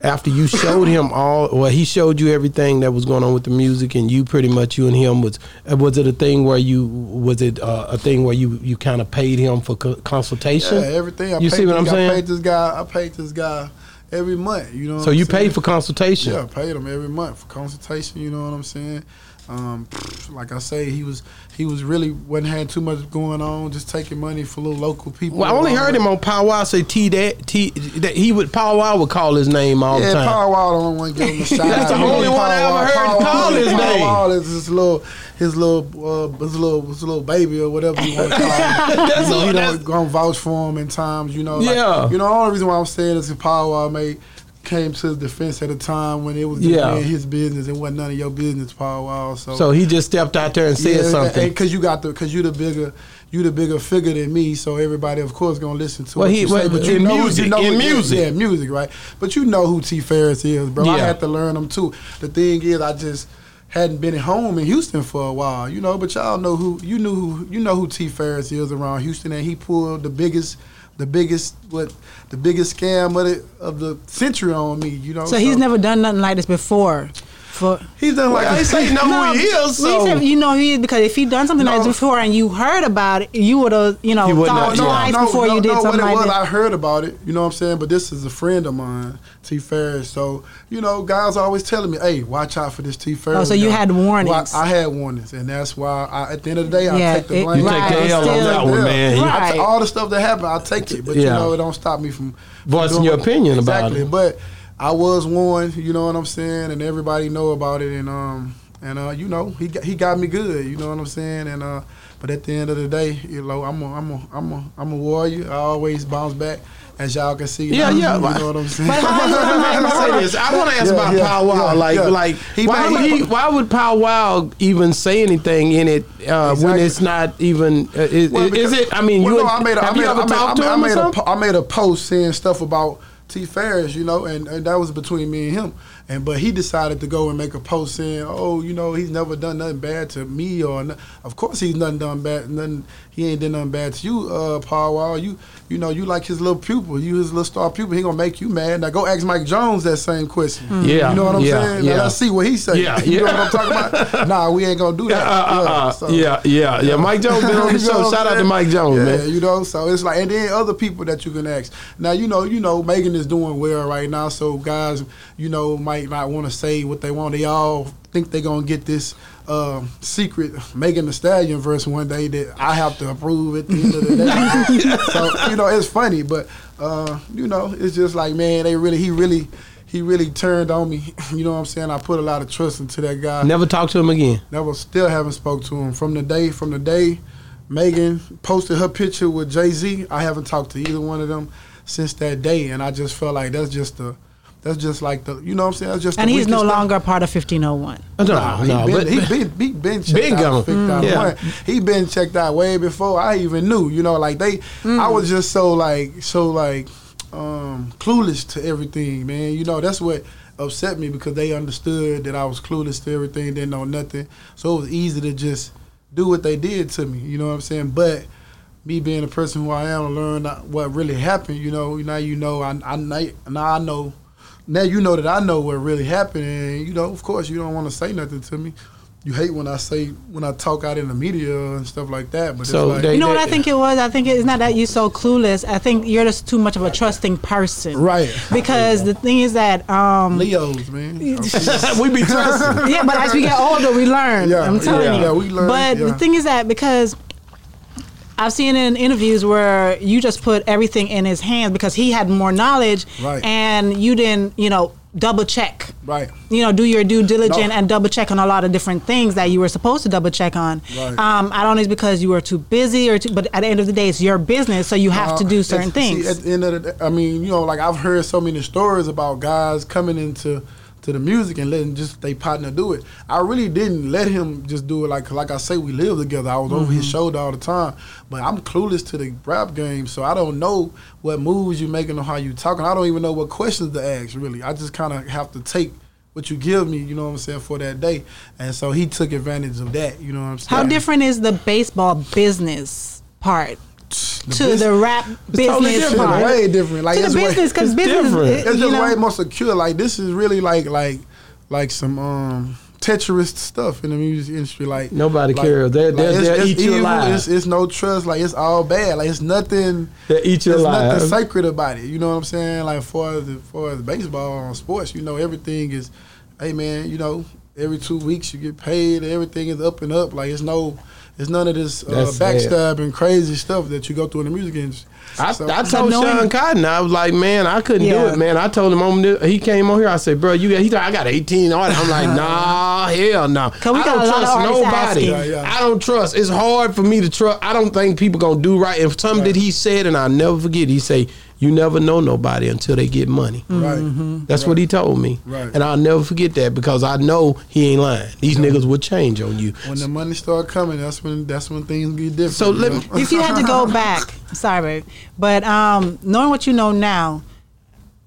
Speaker 2: After you showed him all, well, he showed you everything that was going on with the music, and you pretty much you and him was uh, was it a thing where you was it uh, a thing where you you kind of paid him for co- consultation?
Speaker 4: yeah, everything. I
Speaker 2: you
Speaker 4: paid
Speaker 2: see what I'm
Speaker 4: this guy- I
Speaker 2: saying?
Speaker 4: paid this guy. I paid this guy every month. You know.
Speaker 2: So you paid for consultation.
Speaker 4: Yeah, I paid him every month for consultation. You know what I'm saying? Um, like I say, he was he was really wasn't had too much going on, just taking money for little local people.
Speaker 2: Well, I only heard him on Pow Wow say T that T that he would Pow Wow would call his name all
Speaker 4: yeah,
Speaker 2: the time.
Speaker 4: Power Wall the only one gave him a shot.
Speaker 2: That's the
Speaker 4: You know,
Speaker 2: only one I
Speaker 4: Power
Speaker 2: ever
Speaker 4: Wall-
Speaker 2: heard
Speaker 4: Power
Speaker 2: call
Speaker 4: Wall-
Speaker 2: his
Speaker 4: Power
Speaker 2: name.
Speaker 4: Wall is his little, his little, uh, his little, his little baby or whatever you want to call him.
Speaker 2: That's
Speaker 4: you know,
Speaker 2: all-
Speaker 4: he
Speaker 2: that's-
Speaker 4: don't gonna vouch for him in times. You know, like,
Speaker 2: Yeah.
Speaker 4: You know, the only reason why I'm saying this is Power Wall made came to his defense at a time when it was just
Speaker 2: Yeah.
Speaker 4: me and his business. It wasn't none of your business, Power Wall. So,
Speaker 2: So he just stepped out there and said something.
Speaker 4: because you got the because you the bigger you the bigger figure than me, so everybody of course gonna listen to
Speaker 2: Well,
Speaker 4: what
Speaker 2: he-
Speaker 4: you say.
Speaker 2: well,
Speaker 4: But you
Speaker 2: in
Speaker 4: know,
Speaker 2: music,
Speaker 4: you know,
Speaker 2: in
Speaker 4: yeah,
Speaker 2: music.
Speaker 4: yeah, music, right? But you know who T. Ferris is, bro. I
Speaker 2: Yeah.
Speaker 4: had to learn him too. The thing is, I just hadn't been at home in Houston for a while, you know. But y'all know who you knew who you know who T. Ferris is around Houston, and he pulled the biggest. The biggest what the biggest scam of the of the century on me, you know.
Speaker 3: so he's never done nothing like this before. For
Speaker 4: he's done like
Speaker 2: Well, they say no,
Speaker 3: No,
Speaker 2: who he is.
Speaker 3: we
Speaker 2: So.
Speaker 3: said, you know he is because if he'd done something like
Speaker 4: No.
Speaker 3: this before and you heard about it, you would have you
Speaker 2: He
Speaker 3: know
Speaker 2: would not,
Speaker 3: thought
Speaker 2: yeah.
Speaker 3: twice before you did something
Speaker 4: what it
Speaker 3: like
Speaker 4: was,
Speaker 3: that.
Speaker 4: I heard about it. You know what I'm saying? But this is a friend of mine, T. Ferris. So you know, guys are always telling me, "Hey, watch out for this T. Ferris."
Speaker 3: Oh, so you
Speaker 4: guy."
Speaker 3: had warnings.
Speaker 4: Well, I had warnings, and that's why I, at the end of the day,
Speaker 3: Yeah,
Speaker 4: I take
Speaker 3: it-
Speaker 4: the blame.
Speaker 2: You
Speaker 3: Right,
Speaker 2: take the L on
Speaker 3: still-
Speaker 2: that one,
Speaker 4: Yeah.
Speaker 2: man. You-
Speaker 3: Right.
Speaker 4: I t- all the stuff that happened, I take it, but you
Speaker 2: Yeah.
Speaker 4: know, it don't stop me from
Speaker 2: Voicing
Speaker 4: doing
Speaker 2: your
Speaker 4: what-
Speaker 2: opinion about
Speaker 4: exactly.
Speaker 2: it.
Speaker 4: But I was warned, you know what I'm saying, and everybody know about it, and um, and uh, you know, he got, he got me good, you know what I'm saying, and uh, but at the end of the day, you know, I'm a I'm a I'm a I'm a warrior. I always bounce back, as y'all can see.
Speaker 2: Yeah, yeah.
Speaker 4: You know what I'm saying.
Speaker 3: But how you gonna
Speaker 2: I'm gonna say this. I want to ask
Speaker 4: Yeah,
Speaker 2: about
Speaker 4: yeah,
Speaker 2: Pow Wow.
Speaker 4: yeah,
Speaker 2: like,
Speaker 4: yeah.
Speaker 2: like
Speaker 4: He
Speaker 2: why,
Speaker 4: might-
Speaker 2: would he, why would Pow Wow even say anything in it uh, when
Speaker 4: Exactly.
Speaker 2: it's not even? Uh, is,
Speaker 4: Well,
Speaker 2: is
Speaker 4: because-
Speaker 2: it? I mean,
Speaker 4: well,
Speaker 2: you
Speaker 4: no, I made a,
Speaker 2: have
Speaker 4: I made
Speaker 2: you
Speaker 4: a-
Speaker 2: ever
Speaker 4: I made-
Speaker 2: talked
Speaker 4: I
Speaker 2: to him or
Speaker 4: made, I made, a
Speaker 2: something?
Speaker 4: po- I made a post saying stuff about T. Ferris, you know, and, and that was between me and him. And but he decided to go and make a post saying, "Oh, you know, he's never done nothing bad to me, or no- of course he's nothing done bad. Nothing he ain't done nothing bad to you, uh, Paul Wall. You, you know, you like his little pupil, you his little star pupil. He gonna make you mad. Now go ask Mike Jones that same question.
Speaker 2: Hmm. Yeah,
Speaker 4: you know what I'm
Speaker 2: yeah,
Speaker 4: saying.
Speaker 2: yeah.
Speaker 4: Now let's see what he say.
Speaker 2: Yeah,
Speaker 4: you know
Speaker 2: yeah.
Speaker 4: what I'm talking about. Nah, we ain't gonna do
Speaker 2: Uh,
Speaker 4: that.
Speaker 2: uh, uh, uh,
Speaker 4: so-
Speaker 2: yeah, yeah, yeah. Mike Jones been on the
Speaker 4: You know
Speaker 2: show.
Speaker 4: what
Speaker 2: Shout
Speaker 4: I'm
Speaker 2: out to
Speaker 4: saying?
Speaker 2: Mike Jones,
Speaker 4: yeah,
Speaker 2: man.
Speaker 4: You know, so it's like, and then other people that you can ask. Now, you know, you know, Megan is doing well right now, so guys, you know, might not want to say what they want. They all think they're gonna get this um, secret Megan the Stallion verse one day that I have to approve at the end of the day. so you know, it's funny, but uh, you know, it's just like man, they really he really he really turned on me. You know what I'm saying? I put a lot of trust into that guy.
Speaker 2: Never talk to him again.
Speaker 4: Never still haven't spoke to him from the day from the day Megan posted her picture with Jay Z. I haven't talked to either one of them since that day, and I just felt like that's just the that's just like the you know what I'm saying. That's just
Speaker 3: And
Speaker 4: the
Speaker 3: he's no
Speaker 4: weakest thing.
Speaker 3: longer a part of 1501.
Speaker 2: No,
Speaker 4: Nah,
Speaker 2: no,
Speaker 4: he, been,
Speaker 2: but
Speaker 4: he been he been checked
Speaker 2: Been gone. Mm,
Speaker 4: out. picked out
Speaker 2: Yeah.
Speaker 4: one. He been checked out way before I even knew. You know, like they,
Speaker 2: Mm.
Speaker 4: I was just so like so like um, clueless to everything, man. You know, that's what upset me because they understood that I was clueless to everything, didn't know nothing. So it was easy to just do what they did to me. You know what I'm saying? But me being the person who I am, I learned what really happened. You know, now you know. I, I now I know. Now you know that I know what really happened, and you know, of course, you don't want to say nothing to me. You hate when I say when I talk out in the media and stuff like that. But
Speaker 2: So
Speaker 4: it's like,
Speaker 2: they-
Speaker 3: You know what I think it was? I think it's not that you're so clueless. I think you're just too much of a trusting person.
Speaker 4: Right.
Speaker 3: Because the thing is that um
Speaker 4: Leo's man.
Speaker 2: we be trusting.
Speaker 3: yeah, but as we get older, we learn.
Speaker 4: Yeah,
Speaker 3: I'm telling
Speaker 4: yeah,
Speaker 3: you.
Speaker 4: yeah, we learn,
Speaker 3: But the
Speaker 4: yeah.
Speaker 3: thing is that because I've seen in interviews where you just put everything in his hands because he had more knowledge,
Speaker 4: Right.
Speaker 3: and you didn't, you know, double check.
Speaker 4: Right.
Speaker 3: You know, do your due diligence
Speaker 4: No.
Speaker 3: and double check on a lot of different things that you were supposed to double check on.
Speaker 4: Right.
Speaker 3: Um, I don't know it's because you were too busy or too, but at the end of the day, it's your business, so you have to
Speaker 4: Uh,
Speaker 3: do
Speaker 4: it's-
Speaker 3: certain things.
Speaker 4: See, at the end of the day, I mean, you know, like I've heard so many stories about guys coming into to the music and letting just they partner do it. I really didn't let him just do it. Like like I say, we live together. I was over
Speaker 3: Mm-hmm.
Speaker 4: his shoulder all the time, but I'm clueless to the rap game, so I don't know what moves you making or how you talking. I don't even know what questions to ask. Really, I just kind of have to take. What you give me, you know what I'm saying, for that day, and so he took advantage of that. You know what I'm saying.
Speaker 3: How different is the baseball business part to
Speaker 4: bus-
Speaker 3: the rap
Speaker 2: totally
Speaker 3: business
Speaker 2: different.
Speaker 3: part?
Speaker 4: Way different. Like,
Speaker 3: to the
Speaker 4: it's way-
Speaker 3: business, because
Speaker 2: it's
Speaker 3: business,
Speaker 2: different.
Speaker 3: it-
Speaker 4: It's
Speaker 3: you
Speaker 4: just
Speaker 3: know,
Speaker 4: way more secure. Like this is really like like like some um Tetris stuff in the music industry. Like
Speaker 2: Nobody
Speaker 4: like-
Speaker 2: cares. They'll- they'll-
Speaker 4: it's-
Speaker 2: they'll
Speaker 4: it's
Speaker 2: eat you alive.
Speaker 4: It's, it's no trust. Like it's all bad. Like it's nothing.
Speaker 2: They'll eat you
Speaker 4: there's
Speaker 2: alive.
Speaker 4: Nothing sacred about it. You know what I'm saying? Like for as for as baseball and sports, you know everything is. Hey man, you know every two weeks you get paid. Everything is up and up. Like it's no. It's none of this uh,
Speaker 2: That's sad.
Speaker 4: backstabbing, crazy stuff that you go through in the music industry.
Speaker 2: I,
Speaker 4: So-
Speaker 2: I
Speaker 3: So
Speaker 2: told
Speaker 3: knowing-
Speaker 2: Sean Cotton, I was like, man, I couldn't do
Speaker 3: Yeah.
Speaker 2: it, man. I told him on the, he came on here. I said, bro, you got, he thought I got 18 artists. I'm like, nah, hell no.
Speaker 3: Uh-huh. we
Speaker 2: I
Speaker 3: got
Speaker 2: don't
Speaker 3: a lot of
Speaker 2: trust
Speaker 3: artists
Speaker 2: nobody.
Speaker 3: asking.
Speaker 4: Yeah, yeah.
Speaker 2: I don't trust. It's hard for me to trust. I don't think people gonna do right. And something that he said, and I'll never forget, he say, you never know nobody until they get money.
Speaker 3: Mm-hmm.
Speaker 4: right.
Speaker 2: That's what he told me.
Speaker 4: Right.
Speaker 2: And I'll never forget that because I know he ain't lying. These niggas will change on you.
Speaker 4: When the money start coming, that's when that's when things get different.
Speaker 2: So let
Speaker 4: you
Speaker 2: me-
Speaker 4: know?
Speaker 3: if you had to go back, sorry, babe, but um, knowing what you know now,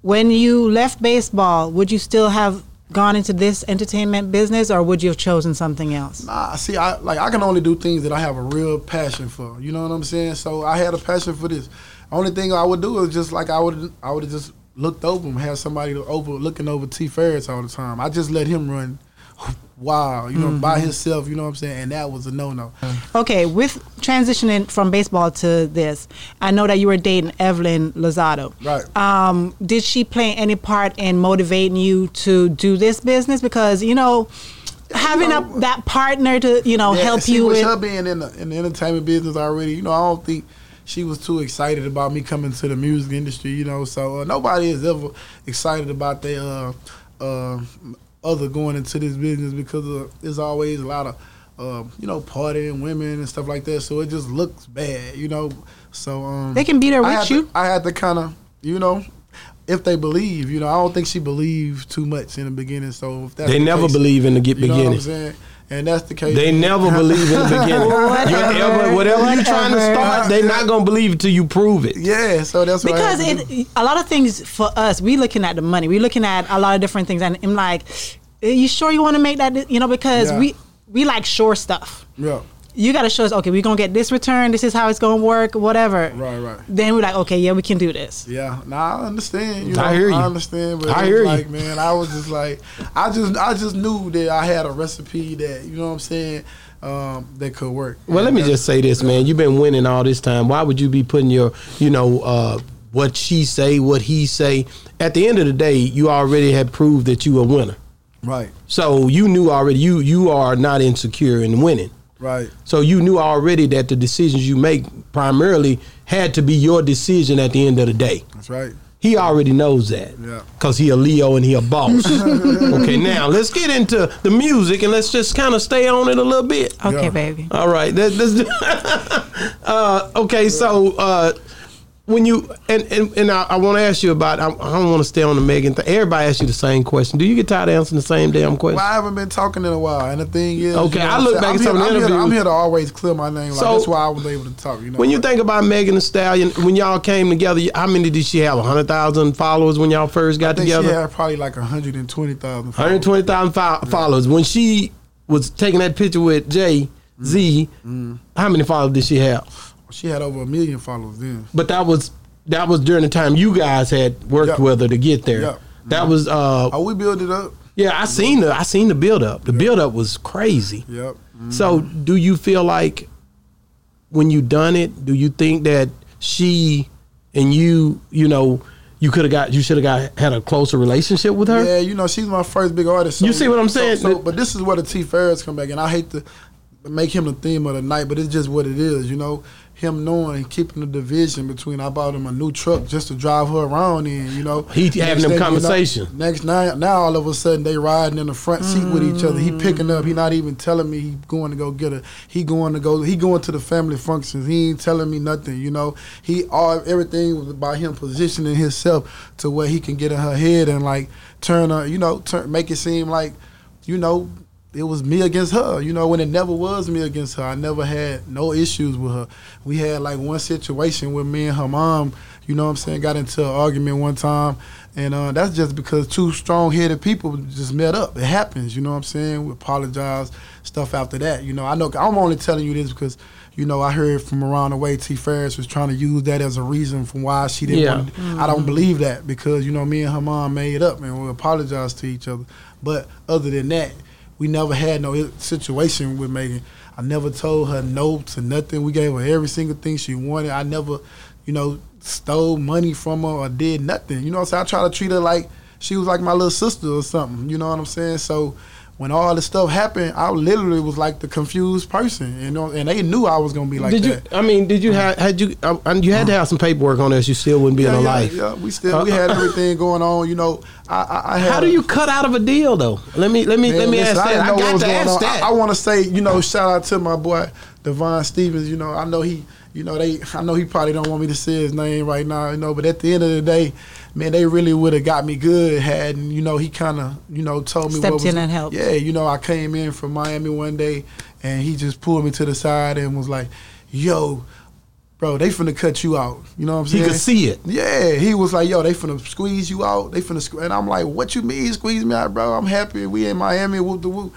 Speaker 3: when you left baseball, would you still have gone into this entertainment business, or would you have chosen something else?
Speaker 4: Nah, see, I like I can only do things that I have a real passion for. You know what I'm saying? So I had a passion for this. Only thing I would do is just like I would I would have just looked over him, had somebody over looking over T Ferris all the time. I just let him run. Wow, you know, by
Speaker 2: Mm-hmm.
Speaker 4: himself, you know what I'm saying, and that was a no no.
Speaker 3: Okay, with transitioning from baseball to this, I know that you were dating Evelyn Lozado.
Speaker 4: Right.
Speaker 3: Um, did she play any part in motivating you to do this business? Because you know, having
Speaker 4: know-
Speaker 3: a, that partner to you know
Speaker 4: Yeah,
Speaker 3: help
Speaker 4: see,
Speaker 3: you
Speaker 4: with
Speaker 3: with.
Speaker 4: her being in the, in the entertainment business already. You know, I don't think she was too excited about me coming to the music industry. You know, so uh, nobody is ever excited about their uh, uh, other going into this business because uh, there's always a lot of. Uh, you know, partying women and stuff like that, so it just looks bad, you know. So um,
Speaker 3: They can be there
Speaker 4: I
Speaker 3: with
Speaker 4: had
Speaker 3: you.
Speaker 4: To, I had to kind of, you know, if they believe, you know, I don't think she believed too much in the beginning. So if that's
Speaker 2: They
Speaker 4: the
Speaker 2: never
Speaker 4: case,
Speaker 2: believe in the get
Speaker 4: you know what I'm
Speaker 2: beginning.
Speaker 4: saying? And that's the case.
Speaker 2: They never believe in the beginning. You ever- whatever you trying to
Speaker 3: Whatever.
Speaker 2: start, they not gonna believe it till you prove it.
Speaker 4: Yeah, so that's what I
Speaker 3: because
Speaker 4: had to do.
Speaker 3: it a lot of things for us we looking at the money we looking at a lot of different things and i'm like are you sure you want to make that di-" you know because
Speaker 4: Yeah.
Speaker 3: we we like sure stuff
Speaker 4: yeah,
Speaker 3: you gotta show us okay we're gonna get this return this is how it's gonna work whatever
Speaker 4: Right, right.
Speaker 3: then we're like okay yeah we can do this
Speaker 4: yeah. Nah, I understand. You know,
Speaker 2: I hear you.
Speaker 4: I understand, but
Speaker 2: I
Speaker 4: it was
Speaker 2: hear you.
Speaker 4: like, man, I was just like, I just, I just knew that I had a recipe that you know what I'm saying, um, that could work.
Speaker 2: Well, let me
Speaker 4: That's-
Speaker 2: just say this, man. You've been winning all this time. Why would you be putting your, you know, uh, what she say, what he say? At the end of the day, you already had proved that you a winner.
Speaker 4: Right.
Speaker 2: So you knew already you you are not insecure in winning.
Speaker 4: Right.
Speaker 2: So you knew already that the decisions you make primarily had to be your decision at the end of the day.
Speaker 4: That's right.
Speaker 2: He already knows that.
Speaker 4: Yeah.
Speaker 2: Cause he a Leo and he a boss. okay, now let's get into the music and let's just kind of stay on it a little bit.
Speaker 3: Okay,
Speaker 4: Yeah.
Speaker 3: baby.
Speaker 2: All right. That, that's, uh, okay, so uh, when you and and, and I, I want to ask you about I, I don't want to stay on the Megan thing. Everybody asks you the same question. Do you get tired of answering the same damn question?
Speaker 4: Well, I haven't been talking in a while, and the thing is,
Speaker 2: Okay,
Speaker 4: you know
Speaker 2: I
Speaker 4: what I'm
Speaker 2: look
Speaker 4: saying?
Speaker 2: back
Speaker 4: I'm
Speaker 2: at
Speaker 4: here-
Speaker 2: some of the
Speaker 4: I'm here to- I'm
Speaker 2: interviews.
Speaker 4: here to always clear my name. Like,
Speaker 2: So-
Speaker 4: that's why I was able to talk. You know,
Speaker 2: When you
Speaker 4: like-
Speaker 2: think about Megan Thee Stallion, when y'all came together, how many did she have? 100,000 followers when y'all first got
Speaker 4: I think
Speaker 2: together?
Speaker 4: she had probably like hundred and twenty thousand.
Speaker 2: 120,000 fo- followers. When she was taking that picture with Jay Z,
Speaker 4: Mm-hmm.
Speaker 2: how many followers did she have?
Speaker 4: She had over a million followers then.
Speaker 2: But that was that was during the time you guys had worked
Speaker 4: Yeah.
Speaker 2: with her to get there.
Speaker 4: Yeah.
Speaker 2: That was uh
Speaker 4: Oh, we build it up.
Speaker 2: yeah, I seen the I seen the build up. The build up was crazy.
Speaker 4: Yep. Mm-hmm.
Speaker 2: So, do you feel like when you done it, do you think that she and you, you know, you could have got, you should have got had a closer relationship with her?
Speaker 4: Yeah, you know, she's my first big artist. so-
Speaker 2: You see what I'm
Speaker 4: so-
Speaker 2: saying?
Speaker 4: so- but this is where the T Ferris come back, and I hate to make him the theme of the night, but it's just what it is, you know. Him knowing, keeping the division between. I bought him a new truck just to drive her around in, you know.
Speaker 2: He having them
Speaker 4: thing you know-
Speaker 2: conversations.
Speaker 4: next night, now all of a sudden they riding in the front seat with each other. He picking up. He not even telling me he going to go get her. He going to go. He going to the family functions. He ain't telling me nothing. You know, he all everything was about him positioning himself to where he can get in her head and like turn her. You know, turn make it seem like, you know. It was me against her, you know, when it never was me against her. I never had no issues with her. We had like one situation where me and her mom, you know what I'm saying, got into an argument one time and uh, that's just because two strong headed people just met up. It happens, you know what I'm saying? We apologize, stuff after that. You know, I know I'm only telling you this because, you know, I heard from around the way T Ferris was trying to use that as a reason for why she didn't
Speaker 2: Yeah.
Speaker 4: want to. I don't believe that because, you know, me and her mom made up and we apologized to each other. But other than that, we never had no i- situation with Megan. I never told her no to nothing. We gave her every single thing she wanted. I never, you know, stole money from her or did nothing. You know what I'm saying? I try to treat her like she was like my little sister or something. You know what I'm saying? So when all this stuff happened, I literally was like the confused person, you know, and they knew I was gonna be like
Speaker 2: did
Speaker 4: that.
Speaker 2: you? I mean, did you have? Had you? Um, and you had to have some paperwork on this. You still wouldn't be
Speaker 4: yeah,
Speaker 2: in a
Speaker 4: yeah,
Speaker 2: life.
Speaker 4: yeah, we still we had everything going on. You know, I I, I had
Speaker 2: uh, How do you cut out of a deal though? Let me let me
Speaker 4: Man,
Speaker 2: let me
Speaker 4: listen,
Speaker 2: ask
Speaker 4: didn't
Speaker 2: that. I
Speaker 4: know what
Speaker 2: got
Speaker 4: was
Speaker 2: to
Speaker 4: going
Speaker 2: ask
Speaker 4: on.
Speaker 2: that.
Speaker 4: I, want to say, you know, shout out to my boy Devon Stevens. You know, I know he, you know, they, I know he probably don't want me to say his name right now. You know, but at the end of the day, man, they really would have got me good had you know he kind of you know told me
Speaker 3: Stepped
Speaker 4: what was,
Speaker 3: in and helped.
Speaker 4: Yeah, you know, I came in from Miami one day, and he just pulled me to the side and was like, "Yo." Bro, they finna cut you out. You know what I'm
Speaker 2: He
Speaker 4: saying?
Speaker 2: could see it.
Speaker 4: Yeah, he was like, "Yo, they finna squeeze you out. They finna," sque-" and I'm like, "What you mean squeeze me out, bro? I'm happy. We in Miami. Whoop the whoop.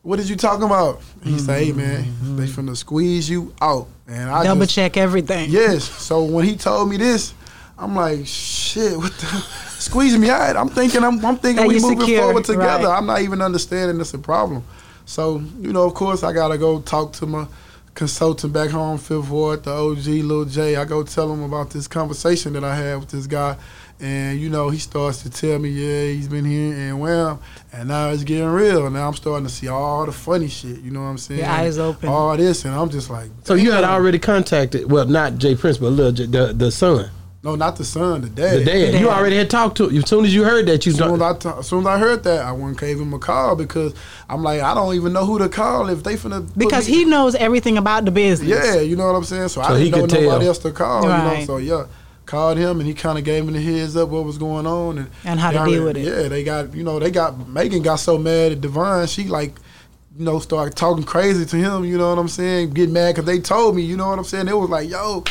Speaker 4: What did you talking about?" He said, "Hey, man, they finna squeeze you out." And I
Speaker 3: Double
Speaker 4: just-
Speaker 3: check everything.
Speaker 4: Yes. So when he told me this, I'm like, "Shit, what the?" squeeze me out. I'm thinking, I'm, I'm thinking
Speaker 3: That
Speaker 4: we
Speaker 3: you
Speaker 4: moving
Speaker 3: secure,
Speaker 4: forward together.
Speaker 3: right.
Speaker 4: I'm not even understanding it's a problem. So you know, of course, I gotta go talk to my consultant back home, Fifth Ward, the OG, Lil J. I go tell him about this conversation that I had with this guy, and you know, he starts to tell me, yeah, he's been here and well, and now it's getting real. Now I'm starting to see all the funny shit. You know what I'm saying?
Speaker 3: Your eyes open.
Speaker 4: All this, and I'm just like,
Speaker 2: So you had already contacted. Well, not Jay Prince, but little J, the the son,
Speaker 4: no, not the son, the
Speaker 2: the dad.
Speaker 4: dad.
Speaker 3: The
Speaker 2: You
Speaker 3: dad.
Speaker 2: already had talked to. As soon as you heard that, you
Speaker 4: As soon
Speaker 2: talked-
Speaker 4: as, I t- as soon as I heard that, I went and gave him a call because I'm like, I don't even know who to call if they finna. put
Speaker 3: Because
Speaker 4: me-
Speaker 3: he knows everything about the business.
Speaker 4: Yeah, you know what I'm saying.
Speaker 2: So
Speaker 4: So, I
Speaker 2: he
Speaker 4: didn't know
Speaker 2: could
Speaker 4: nobody
Speaker 2: tell.
Speaker 4: else to call. You know,
Speaker 3: Right.
Speaker 4: so yeah, called him and he kind of gave me the heads up what was going on and
Speaker 3: And how to
Speaker 4: they
Speaker 3: deal
Speaker 4: already-
Speaker 3: with it.
Speaker 4: Yeah, they got you know they got Megan got so mad at Devon she like. You know, started talking crazy to him. You know what I'm saying? Get mad because they told me. You know what I'm saying? They was like, "Yo,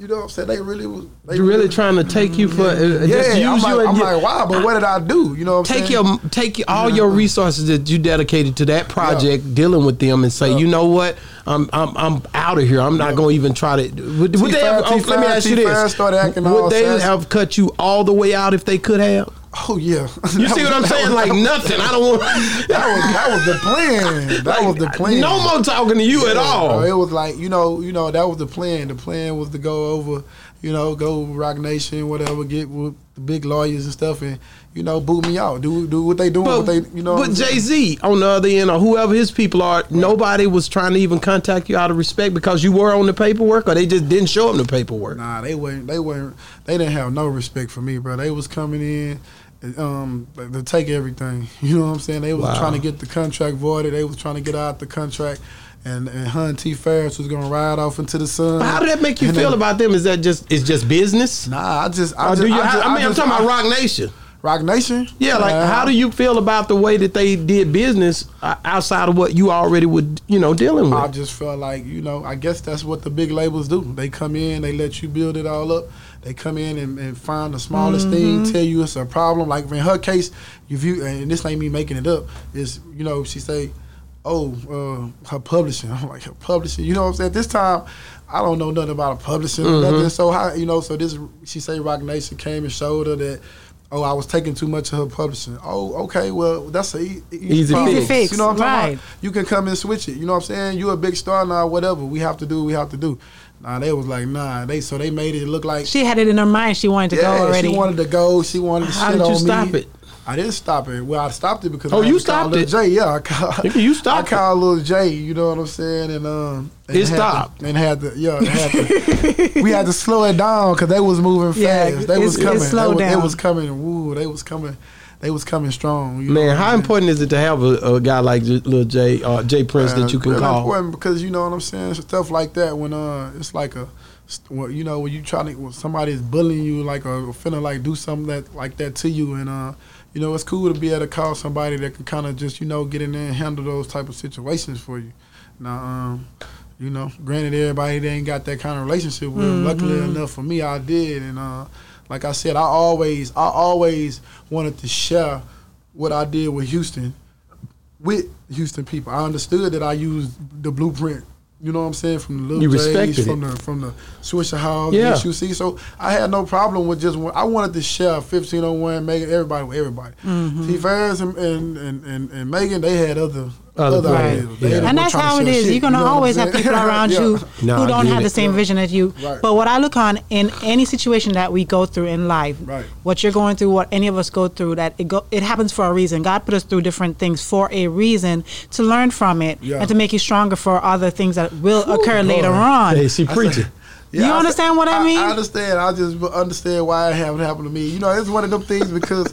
Speaker 4: you know what I'm saying?" They really was. They
Speaker 2: you really trying to take you for uh,
Speaker 4: Yeah,
Speaker 2: just use
Speaker 4: I'm,
Speaker 2: you
Speaker 4: like,
Speaker 2: and
Speaker 4: I'm
Speaker 2: get-
Speaker 4: like, "Wow," but what did I do? You know what I'm
Speaker 2: take
Speaker 4: saying?
Speaker 2: your take your- all your resources that you dedicated to that project dealing with them and say
Speaker 4: Yeah.
Speaker 2: you know what I'm I'm, I'm out of here I'm not going to even try to would, would they have,
Speaker 4: T-Fire,
Speaker 2: oh, let me ask you
Speaker 4: T-Fire
Speaker 2: this
Speaker 4: started acting all
Speaker 2: would they
Speaker 4: sassy.
Speaker 2: have cut you all the way out if they could have
Speaker 4: Oh yeah.
Speaker 2: you see what I'm saying like nothing I don't want
Speaker 4: That was that was the plan. That was the plan.
Speaker 2: no more talking to you at
Speaker 4: Bro, It
Speaker 2: all
Speaker 4: was like you know, you know that was the plan. The plan was to go over, you know, go Rock Nation, whatever, get with the big lawyers and stuff, and you know, boot me out. Do do what they doing.
Speaker 2: But,
Speaker 4: what they, you know, what
Speaker 2: but
Speaker 4: I'm saying?
Speaker 2: Jay Z on the other end, or whoever his people are, nobody was trying to even contact you out of respect because you were on the paperwork, or they just didn't show him the paperwork.
Speaker 4: Nah, they weren't. They weren't. They didn't have no respect for me, bro. They was coming in, um, to take everything. You know what I'm saying? They was
Speaker 2: Wow.
Speaker 4: trying to get the contract voided. They was trying to get out the contract, and and Hun T Ferris was gonna ride off into the sun.
Speaker 2: But how did that make you
Speaker 4: And
Speaker 2: feel
Speaker 4: they-
Speaker 2: about them? Is that just it's just business?
Speaker 4: Nah, I just, I,
Speaker 2: Or
Speaker 4: just,
Speaker 2: do you?
Speaker 4: I,
Speaker 2: I,
Speaker 4: just-
Speaker 2: I mean, I am
Speaker 4: just-
Speaker 2: talking
Speaker 4: I-
Speaker 2: about Rock Nation.
Speaker 4: Rock Nation.
Speaker 2: Yeah, like
Speaker 4: Nah.
Speaker 2: how do you feel about the way that they did business uh, outside of what you already would you know dealing with?
Speaker 4: I just felt like you know, I guess that's what the big labels do. They come in, they let you build it all up. They come in and, and find the smallest
Speaker 2: Mm-hmm.
Speaker 4: thing, tell you it's a problem. Like in her case, if you and this ain't me making it up, is you know she say, oh, uh, her publishing. I'm like her publishing. You know what I'm saying? At this time, I don't know nothing about her publishing or
Speaker 2: Mm-hmm.
Speaker 4: nothing. So how you know? So this she say Rock Nation came and showed her that. Oh, I was taking too much of her publishing. Oh, okay. Well, that's a e-
Speaker 2: Easy
Speaker 4: problem.
Speaker 2: fix.
Speaker 4: You know what I'm talking
Speaker 3: Right.
Speaker 4: about? you can come and switch it. You know what I'm saying? You a big star now, whatever. We have to do, what we have to do. Nah, they was like, nah, they so they made it look like
Speaker 3: She had it in her mind she wanted to
Speaker 4: yeah,
Speaker 3: go already.
Speaker 4: She wanted to go. She wanted to
Speaker 2: How
Speaker 4: shit
Speaker 2: did you
Speaker 4: on
Speaker 2: stop
Speaker 4: me.
Speaker 2: it?
Speaker 4: I didn't stop it. Well, I stopped it because
Speaker 2: Oh,
Speaker 4: I had
Speaker 2: you
Speaker 4: to call
Speaker 2: stopped
Speaker 4: Lil
Speaker 2: it.
Speaker 4: Jay, yeah, I called.
Speaker 2: Nigga, you stopped
Speaker 4: I
Speaker 2: it.
Speaker 4: called Lil Jay. You know what I'm saying? And um, and
Speaker 2: It
Speaker 4: had
Speaker 2: stopped.
Speaker 4: To, and had to, yeah, it had to, we had to slow it down because they was moving
Speaker 3: Yeah,
Speaker 4: fast. They
Speaker 3: it's-
Speaker 4: was
Speaker 3: it's
Speaker 4: coming.
Speaker 3: slowed
Speaker 4: they, was,
Speaker 3: down.
Speaker 4: they was coming. Woo, they was coming. They was coming strong. You know
Speaker 2: Man,
Speaker 4: what I'm
Speaker 2: how
Speaker 4: saying?
Speaker 2: important is it to have a, a guy like J- Lil J, uh, Jay Prince that you can
Speaker 4: Uh, really
Speaker 2: call?
Speaker 4: important because you know what I'm saying. Stuff like that when uh, it's like a, st- well, you know, when you try to, when somebody's bullying you, like or feeling like do something that like that to you, and uh, you know, it's cool to be able to call somebody that can kind of just you know get in there and handle those type of situations for you. Now, um, you know, granted everybody they ain't got that kind of relationship with. 'em. Luckily
Speaker 2: Mm-hmm.
Speaker 4: enough for me, I did, and uh, like I said, I always, I always wanted to share what I did with Houston with Houston people. I understood that I used the blueprint. You know what I'm saying? From the
Speaker 2: You
Speaker 4: little J's,
Speaker 2: respected
Speaker 4: from
Speaker 2: it.
Speaker 4: the from the Swisher House,
Speaker 2: Yeah.
Speaker 4: yeah. SUC. So I had no problem with just one. I wanted to share 1501, Megan, everybody with everybody.
Speaker 3: Mm-hmm.
Speaker 4: T Ferris and and, and, and and Megan, they had other
Speaker 2: Other
Speaker 4: other,
Speaker 2: plans,
Speaker 4: ideas.
Speaker 2: yeah.
Speaker 4: They
Speaker 3: and
Speaker 4: weren't
Speaker 3: that's
Speaker 4: trying to
Speaker 3: how it
Speaker 4: share
Speaker 3: is.
Speaker 4: shit,
Speaker 3: You're gonna
Speaker 4: know what I'm
Speaker 3: always have
Speaker 4: saying?
Speaker 3: people around
Speaker 4: Yeah.
Speaker 3: you
Speaker 2: No, I
Speaker 3: who don't
Speaker 2: get
Speaker 3: have
Speaker 2: it.
Speaker 3: the same vision as you.
Speaker 4: Right.
Speaker 3: But what I look on in any situation that we go through in life,
Speaker 4: Right.
Speaker 3: what you're going through, what any of us go through, that it go, it happens for a reason. God put us through different things for a reason to learn from it
Speaker 4: Yeah.
Speaker 3: and to make you stronger for other things that will occur later
Speaker 4: Lord.
Speaker 3: on.
Speaker 2: Hey, she preaching.
Speaker 3: You understand what I mean?
Speaker 4: I understand. I just bu- understand why it haven't happened to me. You know, it's one of them things because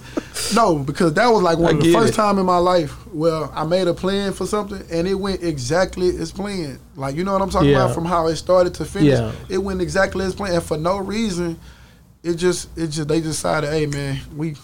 Speaker 4: no, because that was like one
Speaker 2: I
Speaker 4: of the
Speaker 2: get
Speaker 4: first
Speaker 2: it.
Speaker 4: time in my life where I made a plan for something and it went exactly as planned. Like you know what I'm talking
Speaker 2: Yeah.
Speaker 4: about from how it started to finish.
Speaker 2: Yeah.
Speaker 4: It went exactly as planned, and for no reason, it just it just they decided, hey man, we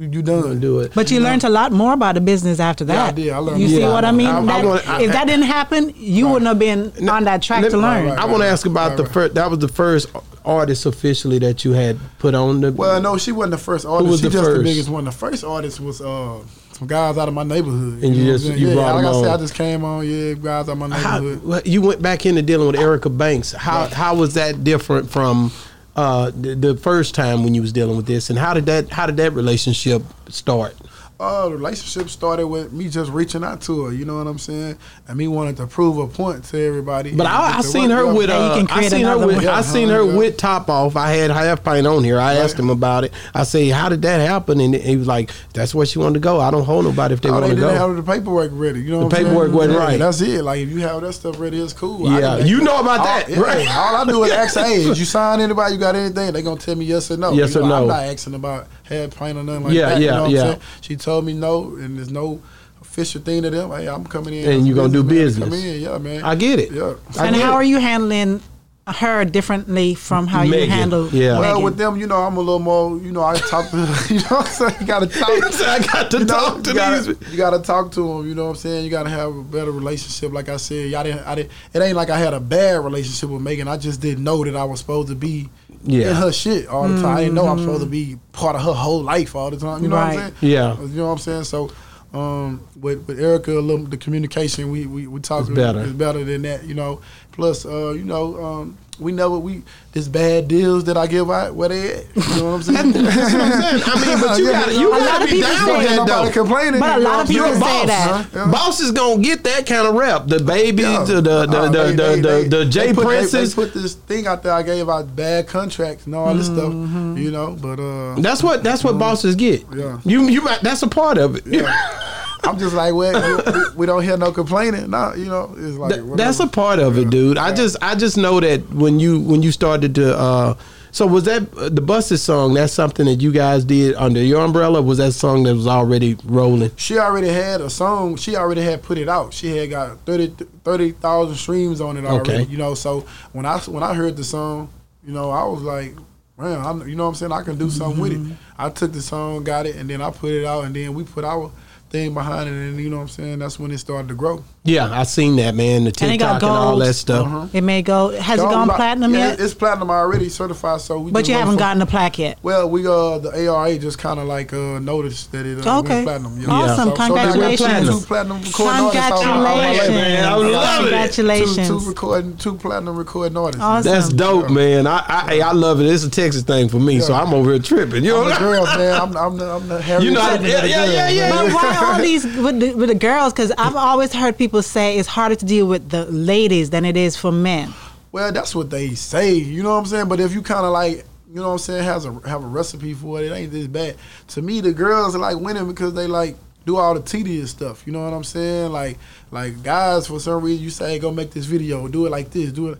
Speaker 4: you, you done.
Speaker 2: do it.
Speaker 3: But you learned a lot more about the business after that.
Speaker 4: Yeah, I did. I learned
Speaker 3: You
Speaker 4: more
Speaker 3: see
Speaker 4: about
Speaker 3: what I
Speaker 4: it.
Speaker 3: mean?
Speaker 2: I- I
Speaker 3: That-
Speaker 2: wanna- I-
Speaker 3: if that didn't happen, you wouldn't have been on that track
Speaker 2: Let-
Speaker 3: to learn.
Speaker 4: Right,
Speaker 2: I want to
Speaker 4: right,
Speaker 2: ask about
Speaker 4: right,
Speaker 2: the
Speaker 4: right.
Speaker 2: first. That was the first artist officially that you had put on the.
Speaker 4: Well, no, she wasn't the first artist.
Speaker 2: was
Speaker 4: she
Speaker 2: the
Speaker 4: just
Speaker 2: first?
Speaker 4: the biggest one. The first artist was uh, some guys out of my neighborhood.
Speaker 2: And you
Speaker 4: know
Speaker 2: just-
Speaker 4: what I'm
Speaker 2: you
Speaker 4: saying? yeah,
Speaker 2: brought
Speaker 4: like
Speaker 2: them
Speaker 4: I said,
Speaker 2: on.
Speaker 4: I just came on. Yeah, guys out of my
Speaker 2: How-
Speaker 4: neighborhood.
Speaker 2: well, you went back into dealing with Erica Banks. How how was that different from uh, the, the first time when you was dealing with this, and how did that how did that relationship start?
Speaker 4: uh, the relationship started with me just reaching out to her. You know what I'm saying? And me wanting to prove a point to everybody.
Speaker 2: But
Speaker 4: and
Speaker 2: I,
Speaker 4: get
Speaker 2: I
Speaker 4: to
Speaker 2: seen
Speaker 4: work,
Speaker 2: her
Speaker 4: yeah.
Speaker 2: with
Speaker 3: Yeah, you
Speaker 2: uh,
Speaker 3: can
Speaker 2: I
Speaker 3: create
Speaker 2: seen her
Speaker 3: another
Speaker 2: with
Speaker 3: one.
Speaker 2: I
Speaker 4: Yeah,
Speaker 2: seen
Speaker 4: huh,
Speaker 2: her
Speaker 4: yeah.
Speaker 2: with top off. I had half paint on here. I asked him about it. I say, "How did that happen?" And he was like, "That's where she wanted to go. I don't hold nobody if they
Speaker 4: Oh,
Speaker 2: want
Speaker 4: they
Speaker 2: to
Speaker 4: didn't
Speaker 2: go."
Speaker 4: have the paperwork ready. You know,
Speaker 2: The
Speaker 4: what I'm
Speaker 2: paperwork
Speaker 4: saying?
Speaker 2: wasn't
Speaker 4: Yeah,
Speaker 2: right.
Speaker 4: That's it. Like if you have that stuff ready, it's cool.
Speaker 2: Yeah,
Speaker 4: I didn't-
Speaker 2: you know about
Speaker 4: all,
Speaker 2: that,
Speaker 4: yeah,
Speaker 2: right?
Speaker 4: All I do is ask, hey, did you sign anybody? You got anything? They gonna tell me yes or no.
Speaker 2: Yes or
Speaker 4: You know,
Speaker 2: no.
Speaker 4: I'm not asking about head paint or nothing like
Speaker 2: Yeah,
Speaker 4: that.
Speaker 2: yeah,
Speaker 4: you know what
Speaker 2: yeah.
Speaker 4: I'm saying? She told me no, and there's no official thing to them. Hey, I'm coming in.
Speaker 2: And you gonna do
Speaker 4: man.
Speaker 2: business.
Speaker 4: Come in, yeah, man.
Speaker 2: I get it.
Speaker 4: Yeah.
Speaker 2: I
Speaker 3: and
Speaker 2: get
Speaker 3: how
Speaker 2: it.
Speaker 3: are you handling her differently from how
Speaker 2: Megan,
Speaker 3: you handle
Speaker 2: yeah.
Speaker 4: Well,
Speaker 3: Megan?
Speaker 4: with them, you know, I'm a little more. You know, I talk to. You know, what I'm saying you gotta talk.
Speaker 2: So I got to
Speaker 4: you know,
Speaker 2: talk to
Speaker 4: you gotta,
Speaker 2: these.
Speaker 4: You gotta talk to them. You know what I'm saying? You gotta have a better relationship. Like I said, y'all didn't. I didn't. It ain't like I had a bad relationship with Megan. I just didn't know that I was supposed to be
Speaker 2: Yeah. Mm-hmm.
Speaker 4: in her shit all the time. I didn't know I'm supposed to be part of her whole life all the time. You know what
Speaker 3: Right.
Speaker 4: I'm saying?
Speaker 2: Yeah.
Speaker 4: You know what I'm saying? So. Um, with, with Erica, a little, the communication we we, we talk
Speaker 2: It's better.
Speaker 4: is better than that, you know. Plus, uh, you know, um, we never we this bad deals that I give out where they at. You know what I'm saying?
Speaker 2: That's what I'm saying. I mean, but you gotta, you
Speaker 3: A lot
Speaker 2: gotta
Speaker 3: of
Speaker 2: be
Speaker 3: people
Speaker 2: down
Speaker 3: say
Speaker 2: with
Speaker 3: it.
Speaker 2: that
Speaker 4: Nobody
Speaker 2: though.
Speaker 4: complaining.
Speaker 3: But a
Speaker 4: you know
Speaker 3: lot of
Speaker 4: what I'm
Speaker 3: people
Speaker 2: You're a
Speaker 3: say
Speaker 2: boss.
Speaker 3: that.
Speaker 4: Huh?
Speaker 2: Boss is gonna get that kind of rep. The babies,
Speaker 4: Yeah.
Speaker 2: the the the
Speaker 4: Uh,
Speaker 2: the,
Speaker 4: they- they-
Speaker 2: the, the,
Speaker 4: they-
Speaker 2: the J
Speaker 4: they put- they-
Speaker 2: princes.
Speaker 4: They, put this thing out there. I gave out bad contracts and all this
Speaker 3: Mm-hmm.
Speaker 4: stuff. You know, but uh,
Speaker 2: That's what that's what bosses get.
Speaker 4: Yeah.
Speaker 2: You you might- that's a part of it.
Speaker 4: I'm just like, well, we, we- we don't hear no complaining. No, you know, it's like
Speaker 2: Th- that's a
Speaker 4: whatever.
Speaker 2: part of it, dude. I just I just know that when you when you started to. Uh, so was that uh, the Busted song? That's something that you guys did under your umbrella. Was that song that was already rolling?
Speaker 4: She already had a song. She already had put it out. She had got 30 30,000 streams on it already.
Speaker 2: Okay.
Speaker 4: You know, so when I when I heard the song, you know, I was like, man, I, you know what I'm saying? I can do something
Speaker 3: Mm-hmm.
Speaker 4: with it. I took the song, got it, and then I put it out, and then we put our thing behind it, and you know what I'm saying? That's when it started to grow.
Speaker 2: Yeah, I seen that man, the
Speaker 3: And it got
Speaker 2: TikTok and all
Speaker 3: gold. Uh-huh.
Speaker 2: that stuff.
Speaker 4: Uh-huh.
Speaker 3: It may go. Has it
Speaker 4: Y'all
Speaker 3: gone
Speaker 4: like-
Speaker 3: platinum
Speaker 4: yeah,
Speaker 3: yet?
Speaker 4: It's platinum already certified. So we.
Speaker 3: But
Speaker 4: just
Speaker 3: you
Speaker 4: waiting
Speaker 3: haven't
Speaker 4: for-
Speaker 3: gotten the plaque yet.
Speaker 4: Well, we uh the ARA just kind of like uh noticed that it uh,
Speaker 3: Okay.
Speaker 4: went platinum. Yeah.
Speaker 3: Awesome.
Speaker 4: So- so now I got
Speaker 3: Congratulations.
Speaker 4: two platinum recording artists out- out right
Speaker 2: Congratulations.
Speaker 4: now.
Speaker 2: man. I love it.
Speaker 3: Congratulations.
Speaker 4: Two, two recording, two platinum recording artists.
Speaker 3: Awesome.
Speaker 2: That's dope, man. I I, hey, I love it. It's a Texas thing for me, so
Speaker 4: Yeah.
Speaker 2: I'm over here tripping. You know,
Speaker 4: I'm the girls, man. I'm, I'm the, I'm the Harry.
Speaker 2: You know, yeah, yeah, yeah, yeah.
Speaker 3: But why all these with the, with the girls? Because I've always heard people say it's harder to deal with the ladies than it is for men.
Speaker 4: Well, that's what they say. You know what I'm saying? But if you kind of like, you know what I'm saying, has a have a recipe for it, it ain't this bad. To me, the girls are like winning because they like do all the tedious stuff. You know what I'm saying? Like like guys, for some reason, you say go make this video, do it like this, do it.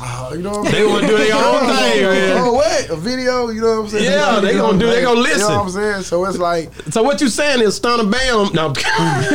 Speaker 4: Ah, you know what I'm
Speaker 2: They wanna do their own thing, man.
Speaker 4: Oh what? A video? You know what I'm saying?
Speaker 2: Yeah,
Speaker 4: like,
Speaker 2: they
Speaker 4: you
Speaker 2: gonna do-
Speaker 4: know,
Speaker 2: they gonna
Speaker 4: You
Speaker 2: listen.
Speaker 4: know what I'm saying? So it's like
Speaker 2: so what you saying is stunner bam? No,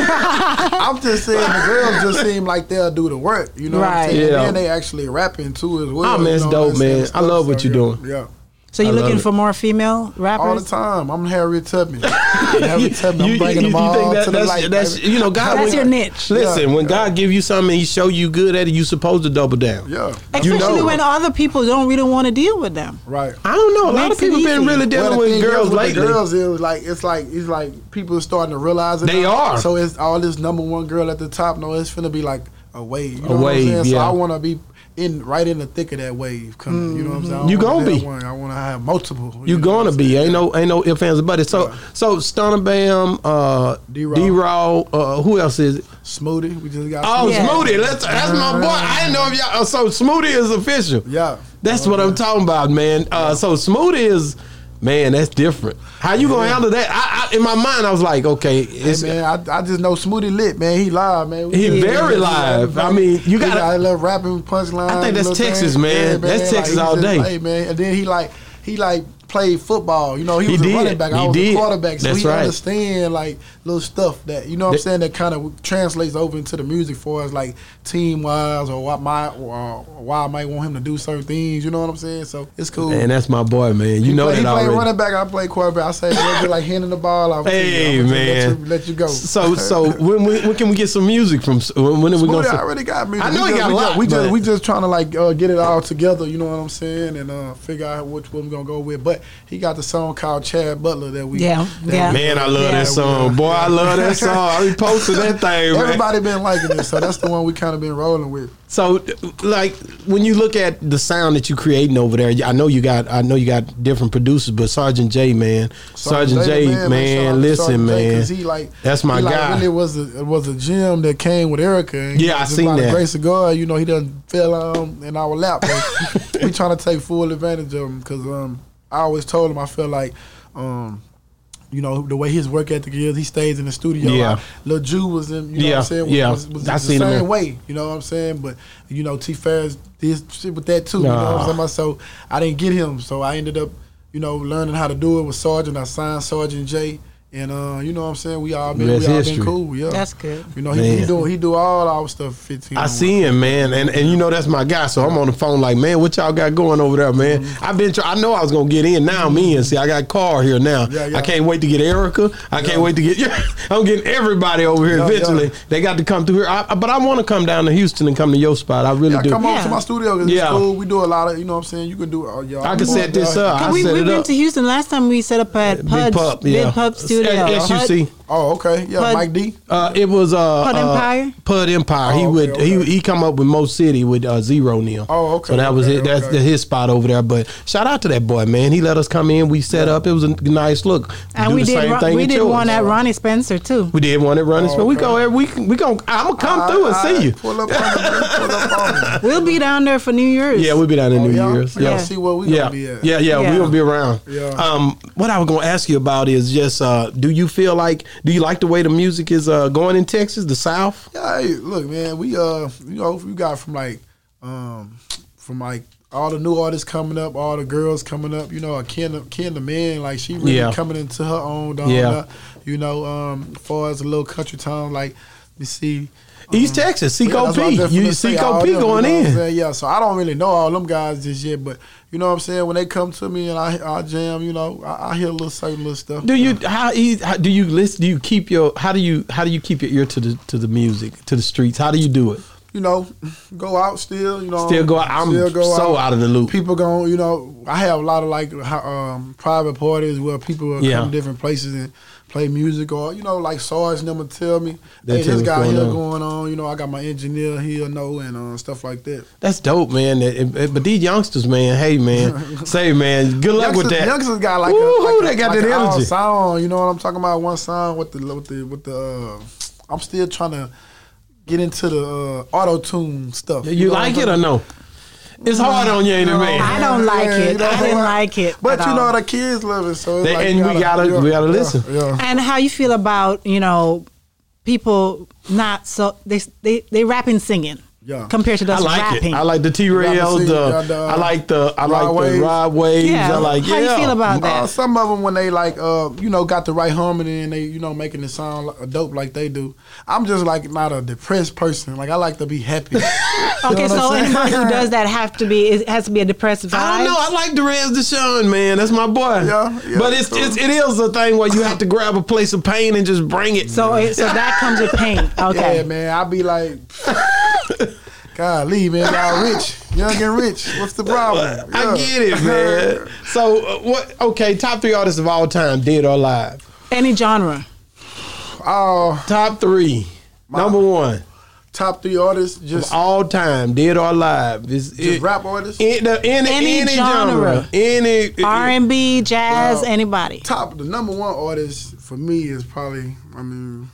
Speaker 4: I'm just saying the girls just seem like they'll do the work. You know what
Speaker 3: Right.
Speaker 4: I'm saying?
Speaker 2: Yeah.
Speaker 4: And then they actually rapping too as well.
Speaker 2: Ah, man,
Speaker 4: you
Speaker 2: it's
Speaker 4: know what
Speaker 2: dope,
Speaker 4: I'm saying?
Speaker 2: man. I
Speaker 4: Stuff,
Speaker 2: love what
Speaker 4: so,
Speaker 2: you're
Speaker 4: yeah,
Speaker 2: doing.
Speaker 4: Yeah.
Speaker 3: So
Speaker 2: I
Speaker 3: you're
Speaker 2: love
Speaker 3: looking
Speaker 2: it.
Speaker 3: for more female rappers?
Speaker 4: All the time. I'm Harriet Tubman. Harriet Tubman. I'm bringing them all
Speaker 2: that-
Speaker 4: to the
Speaker 2: that's,
Speaker 4: light.
Speaker 2: that's-
Speaker 4: baby.
Speaker 2: you know God?
Speaker 3: That's
Speaker 2: when-
Speaker 3: your niche.
Speaker 2: Listen,
Speaker 4: Yeah.
Speaker 2: when God give you something, and He show you good at it. You supposed to double down.
Speaker 4: Yeah.
Speaker 3: Especially
Speaker 2: know.
Speaker 3: when other people don't really want to deal with them.
Speaker 4: Right.
Speaker 2: I don't know. A lot of
Speaker 3: Makes it
Speaker 2: people been
Speaker 3: easy.
Speaker 2: really dealing
Speaker 4: Well, the
Speaker 2: with
Speaker 4: thing
Speaker 2: girls
Speaker 4: is, with
Speaker 2: lately.
Speaker 4: The girls, it was like it's like it's like people are starting to realize it.
Speaker 2: They
Speaker 4: now.
Speaker 2: are.
Speaker 4: So it's all this number one girl at the top. No, it's finna be like a wave. You know
Speaker 2: A
Speaker 4: what I'm
Speaker 2: wave,
Speaker 4: saying? So
Speaker 2: yeah.
Speaker 4: I want to be in right in the thick of that wave. Coming, You know what I'm saying? I
Speaker 2: Mm-hmm. You
Speaker 4: don't wanna
Speaker 2: gonna
Speaker 4: have
Speaker 2: be.
Speaker 4: one. I want to have multiple.
Speaker 2: You
Speaker 4: know
Speaker 2: gonna
Speaker 4: what I'm
Speaker 2: be eh?
Speaker 4: saying?
Speaker 2: ain't no ain't no ifs ands about it. So so Stunner Bam, uh, D
Speaker 4: D-Raw.
Speaker 2: Raw, uh, who else is it?
Speaker 4: Smoothie. We just got.
Speaker 2: Oh,
Speaker 3: Yeah.
Speaker 2: Smoothie. Let's, that's
Speaker 4: Uh-huh.
Speaker 2: my boy. I didn't know if y'all. oh, So Smoothie is official.
Speaker 4: Yeah.
Speaker 2: That's what I'm talking about, man. Uh, so Smoothie is, man, that's different. How you gonna handle that? I, I, in my mind, I was like, okay, it's, uh,
Speaker 4: Hey, man, I, I just know Smoothie lit, man. He live, man.
Speaker 2: He very live. I mean, you
Speaker 4: He
Speaker 2: gotta-
Speaker 4: got a little rapping punchline.
Speaker 2: I think that's
Speaker 4: little
Speaker 2: Texas,
Speaker 4: thing.
Speaker 2: man. That's
Speaker 4: Like,
Speaker 2: Texas
Speaker 4: he
Speaker 2: all
Speaker 4: just-
Speaker 2: day.
Speaker 4: Hey, man, and then he like he like played football. You know, he,
Speaker 2: He
Speaker 4: was
Speaker 2: did.
Speaker 4: a running back. I
Speaker 2: He
Speaker 4: was
Speaker 2: did.
Speaker 4: a quarterback, so
Speaker 2: That's
Speaker 4: he
Speaker 2: right.
Speaker 4: understand like little stuff that you know what I'm
Speaker 2: That-
Speaker 4: saying that kind of translates over into the music for us, like team wise or what my or why I might want him to do certain things. You know what I'm saying? So it's cool.
Speaker 2: man, that's my boy, man. You know
Speaker 4: Play- he
Speaker 2: that
Speaker 4: played
Speaker 2: already.
Speaker 4: running back. I played quarterback. I say, it'll be like handing the ball off. to you.
Speaker 2: Hey,
Speaker 4: I'm gonna
Speaker 2: man.
Speaker 4: let you, let you go.
Speaker 2: So so when, when when can we get some music from? S- When, when are we
Speaker 4: Well,
Speaker 2: gonna?
Speaker 4: I already got music.
Speaker 2: I know
Speaker 4: we
Speaker 2: he
Speaker 4: just,
Speaker 2: got a
Speaker 4: we
Speaker 2: lot,
Speaker 4: Just, we
Speaker 2: but-
Speaker 4: just we just trying to like uh, get it all together. You know what I'm saying, and uh, figure out which one we're gonna go with. But he got the song called Chad Butler that we.
Speaker 3: Yeah,
Speaker 4: that
Speaker 3: yeah.
Speaker 4: we-
Speaker 2: Man, I love
Speaker 3: Yeah.
Speaker 2: that song. Boy, I love that song. I be posting that thing, man.
Speaker 4: Everybody been liking it, so that's the one we kind of been rolling with.
Speaker 2: So, like, when you look at the sound that you're creating over there, I know you got, I know you got different producers, but Sergeant J, man, Sergeant, J, man,
Speaker 4: shout out to
Speaker 2: listen,
Speaker 4: Sergeant J,
Speaker 2: man,
Speaker 4: 'cause he like
Speaker 2: that's my
Speaker 4: he like
Speaker 2: guy.
Speaker 4: Really was a was a gym that came with Erica. And
Speaker 2: Yeah, I
Speaker 4: just
Speaker 2: seen
Speaker 4: by
Speaker 2: that.
Speaker 4: The grace of God, you know, he done fell um, in our lap. but we trying to take full advantage of him because um, I always told him I felt like. Um, you know the way his work ethic is. He stays in the studio.
Speaker 2: Yeah.
Speaker 4: Like, Lil Jew was in. You know
Speaker 2: Yeah,
Speaker 4: what I'm saying? Was,
Speaker 2: yeah.
Speaker 4: was, was
Speaker 2: I
Speaker 4: the
Speaker 2: seen him
Speaker 4: same
Speaker 2: in-
Speaker 4: way. You know what I'm saying? But you know T. Ferris did shit with that too. You know what
Speaker 2: Nah.
Speaker 4: I'm saying? my- So I didn't get him. So I ended up, you know, learning how to do it with Sergeant. I signed Sergeant J. And uh, you know what I'm saying? We all been
Speaker 2: That's
Speaker 4: we all
Speaker 2: history.
Speaker 4: been cool. Yeah.
Speaker 3: That's good.
Speaker 4: You know, he, he
Speaker 2: Man.
Speaker 4: do he do all our stuff fifteen.
Speaker 2: I
Speaker 4: on one.
Speaker 2: see him, man, and and you know that's my guy. So I'm on the phone like, man, what y'all got going over there, man?
Speaker 4: Mm-hmm.
Speaker 2: I've been, try- I know I was gonna get in. Now I'm in. See, I got car here now.
Speaker 4: Yeah, yeah.
Speaker 2: I can't wait to get Erica. I can't wait to get. I'm getting everybody over here.
Speaker 4: Yeah,
Speaker 2: eventually,
Speaker 4: yeah.
Speaker 2: they got to come through here. I, but I want to come down to Houston and come to your spot. I really
Speaker 4: Yeah,
Speaker 2: do.
Speaker 4: come on
Speaker 3: Yeah.
Speaker 4: to my studio. 'cause
Speaker 2: Yeah.
Speaker 4: It's cool. We do a lot of, you know what I'm saying? You can do all y'all.
Speaker 2: I can set this up. I
Speaker 3: We,
Speaker 2: set
Speaker 3: we
Speaker 2: it
Speaker 3: went
Speaker 2: up.
Speaker 3: to Houston last time we set up at
Speaker 2: Big
Speaker 3: Pud's,
Speaker 2: Pup, yeah.
Speaker 3: Big Pub Studio.
Speaker 2: At SUC.
Speaker 3: Pud-
Speaker 4: Oh, okay. Yeah,
Speaker 3: But-
Speaker 4: Mike D.
Speaker 2: Uh, it was uh,
Speaker 3: Pud
Speaker 2: uh,
Speaker 3: Empire?
Speaker 2: Pud Empire. he
Speaker 4: Oh, okay,
Speaker 2: would he
Speaker 4: okay.
Speaker 2: he come up with Mo City with uh, zero nil.
Speaker 4: Oh, okay,
Speaker 2: So that was
Speaker 4: okay,
Speaker 2: it. That's
Speaker 4: okay.
Speaker 2: his spot over there. But shout out to that boy, man. He let us come in. We set up. It was a nice look.
Speaker 3: And
Speaker 2: Do
Speaker 3: we
Speaker 2: the
Speaker 3: did
Speaker 2: same
Speaker 3: ro-
Speaker 2: thing
Speaker 3: we
Speaker 2: at
Speaker 3: did
Speaker 2: yours.
Speaker 3: one at Ronnie Spencer too.
Speaker 2: We did one at Running
Speaker 4: Oh,
Speaker 2: Spring. We
Speaker 4: okay.
Speaker 2: go every we can- we going I'm gonna come through and
Speaker 4: I-
Speaker 2: see you.
Speaker 4: Pull up on me. Pull up on me.
Speaker 3: We'll be down there for New Year's.
Speaker 2: Yeah, we'll be down in
Speaker 4: Oh,
Speaker 2: New
Speaker 4: yeah?
Speaker 2: Year's.
Speaker 4: We gotta
Speaker 2: Yeah.
Speaker 4: see where we
Speaker 2: yeah.
Speaker 4: gonna be at.
Speaker 2: Yeah, yeah,
Speaker 3: Yeah.
Speaker 2: we gonna be around.
Speaker 4: Yeah.
Speaker 2: Um, what I was gonna ask you about is just uh, do you feel like do you like the way the music is uh, going in Texas, the South?
Speaker 4: Yeah, hey, look, man, we uh, you know, we got from like, um, from like all the new artists coming up, all the girls coming up. You know, uh, Ken, Ken the man, like she really
Speaker 2: Yeah.
Speaker 4: coming into her own. Dog,
Speaker 2: Yeah.
Speaker 4: Uh, you know, um, far as a little country town, like you see.
Speaker 2: East Texas,
Speaker 4: Mm-hmm. Yeah,
Speaker 2: Seco
Speaker 4: that's what I was
Speaker 2: P.
Speaker 4: just
Speaker 2: You
Speaker 4: finna say,
Speaker 2: Seco
Speaker 4: all
Speaker 2: P
Speaker 4: them, you
Speaker 2: going
Speaker 4: know what I'm
Speaker 2: in.
Speaker 4: saying? Yeah, so I don't really know all them guys just yet, but you know what I'm saying. When they come to me and I, I jam, you know, I, I hear a little certain little stuff.
Speaker 2: Do you how, eas- how do you listen? Do you keep your how do you how do you keep your ear to the to the music to the streets? How do you do it?
Speaker 4: you know, go out still, you know.
Speaker 2: Still go out. I'm so out of the loop.
Speaker 4: People going, you know, I have a lot of like ho- um, private parties where people will
Speaker 2: Yeah.
Speaker 4: come different places and play music or, you know, like Sarge and them will tell me,
Speaker 2: They'll
Speaker 4: hey,
Speaker 2: tell
Speaker 4: this
Speaker 2: you
Speaker 4: guy
Speaker 2: what's
Speaker 4: here
Speaker 2: going on.
Speaker 4: going on, you know, I got my engineer here, know, and uh, stuff like that.
Speaker 2: That's dope, man. That- it- it- but these youngsters, man, hey man, say man, good luck with
Speaker 4: Youngsters-
Speaker 2: that.
Speaker 4: Youngsters got like
Speaker 2: Woo-hoo,
Speaker 4: a, like
Speaker 2: they
Speaker 4: a,
Speaker 2: got
Speaker 4: like
Speaker 2: that
Speaker 4: an all
Speaker 2: energy.
Speaker 4: Sound, you know what I'm talking about? One sound with the with the with the. Uh, I'm still trying to get into the uh, auto tune stuff.
Speaker 2: You,
Speaker 4: know what I'm
Speaker 2: like
Speaker 4: talking
Speaker 2: it or no? It's hard on you, ain't it, man?
Speaker 3: I don't like it. I
Speaker 4: but-
Speaker 3: didn't like it
Speaker 4: But
Speaker 3: at
Speaker 4: you
Speaker 3: all.
Speaker 4: know the kids love it, so it's
Speaker 2: They-
Speaker 4: like
Speaker 2: and
Speaker 4: you
Speaker 2: we gotta- we gotta listen.
Speaker 4: Yeah,
Speaker 3: And how you feel about you know people not so they they they rapping singing
Speaker 4: Yeah.
Speaker 3: compared to
Speaker 2: I
Speaker 3: us
Speaker 2: like
Speaker 3: rapping.
Speaker 2: it. I like the T Rail.
Speaker 4: Y'all seen,
Speaker 2: The,
Speaker 4: uh, the-
Speaker 2: I like the I like
Speaker 4: Rod
Speaker 2: the
Speaker 4: Waves?
Speaker 2: Rod Waves.
Speaker 3: Yeah.
Speaker 2: I like.
Speaker 3: How you
Speaker 2: yeah. Oh,
Speaker 3: feel about that?
Speaker 4: Uh, some of them when they like, uh, you know, got the right harmony and they, you know, making it sound like, dope like they do. I'm just like not a depressed person. Like I like to be happy.
Speaker 3: okay, so anybody who does that have to be it has to be a depressed vibe.
Speaker 2: I don't know. I like Derez Deshawn, man. That's my boy.
Speaker 4: Yeah, yeah,
Speaker 2: but it's,
Speaker 4: cool.
Speaker 2: it's it is a thing where you have to grab a place of pain and just bring it.
Speaker 3: So it, so that comes with pain. Okay.
Speaker 4: Yeah, man. I be like, God, leave, man. Y'all rich, young and rich. What's the problem?
Speaker 2: I
Speaker 4: Yeah.
Speaker 2: get it, man. so uh, what? Okay, top three artists of all time, dead or alive.
Speaker 3: Any genre.
Speaker 4: Oh,
Speaker 2: Top three. Number one,
Speaker 4: top three artists just,
Speaker 2: all time, dead or alive. Is
Speaker 4: just rap artists.
Speaker 2: In the, any, any,
Speaker 3: Any
Speaker 2: genre,
Speaker 3: genre.
Speaker 2: any
Speaker 3: R and B, jazz,
Speaker 4: Wow.
Speaker 3: anybody.
Speaker 4: top the number one artist for me is probably I mean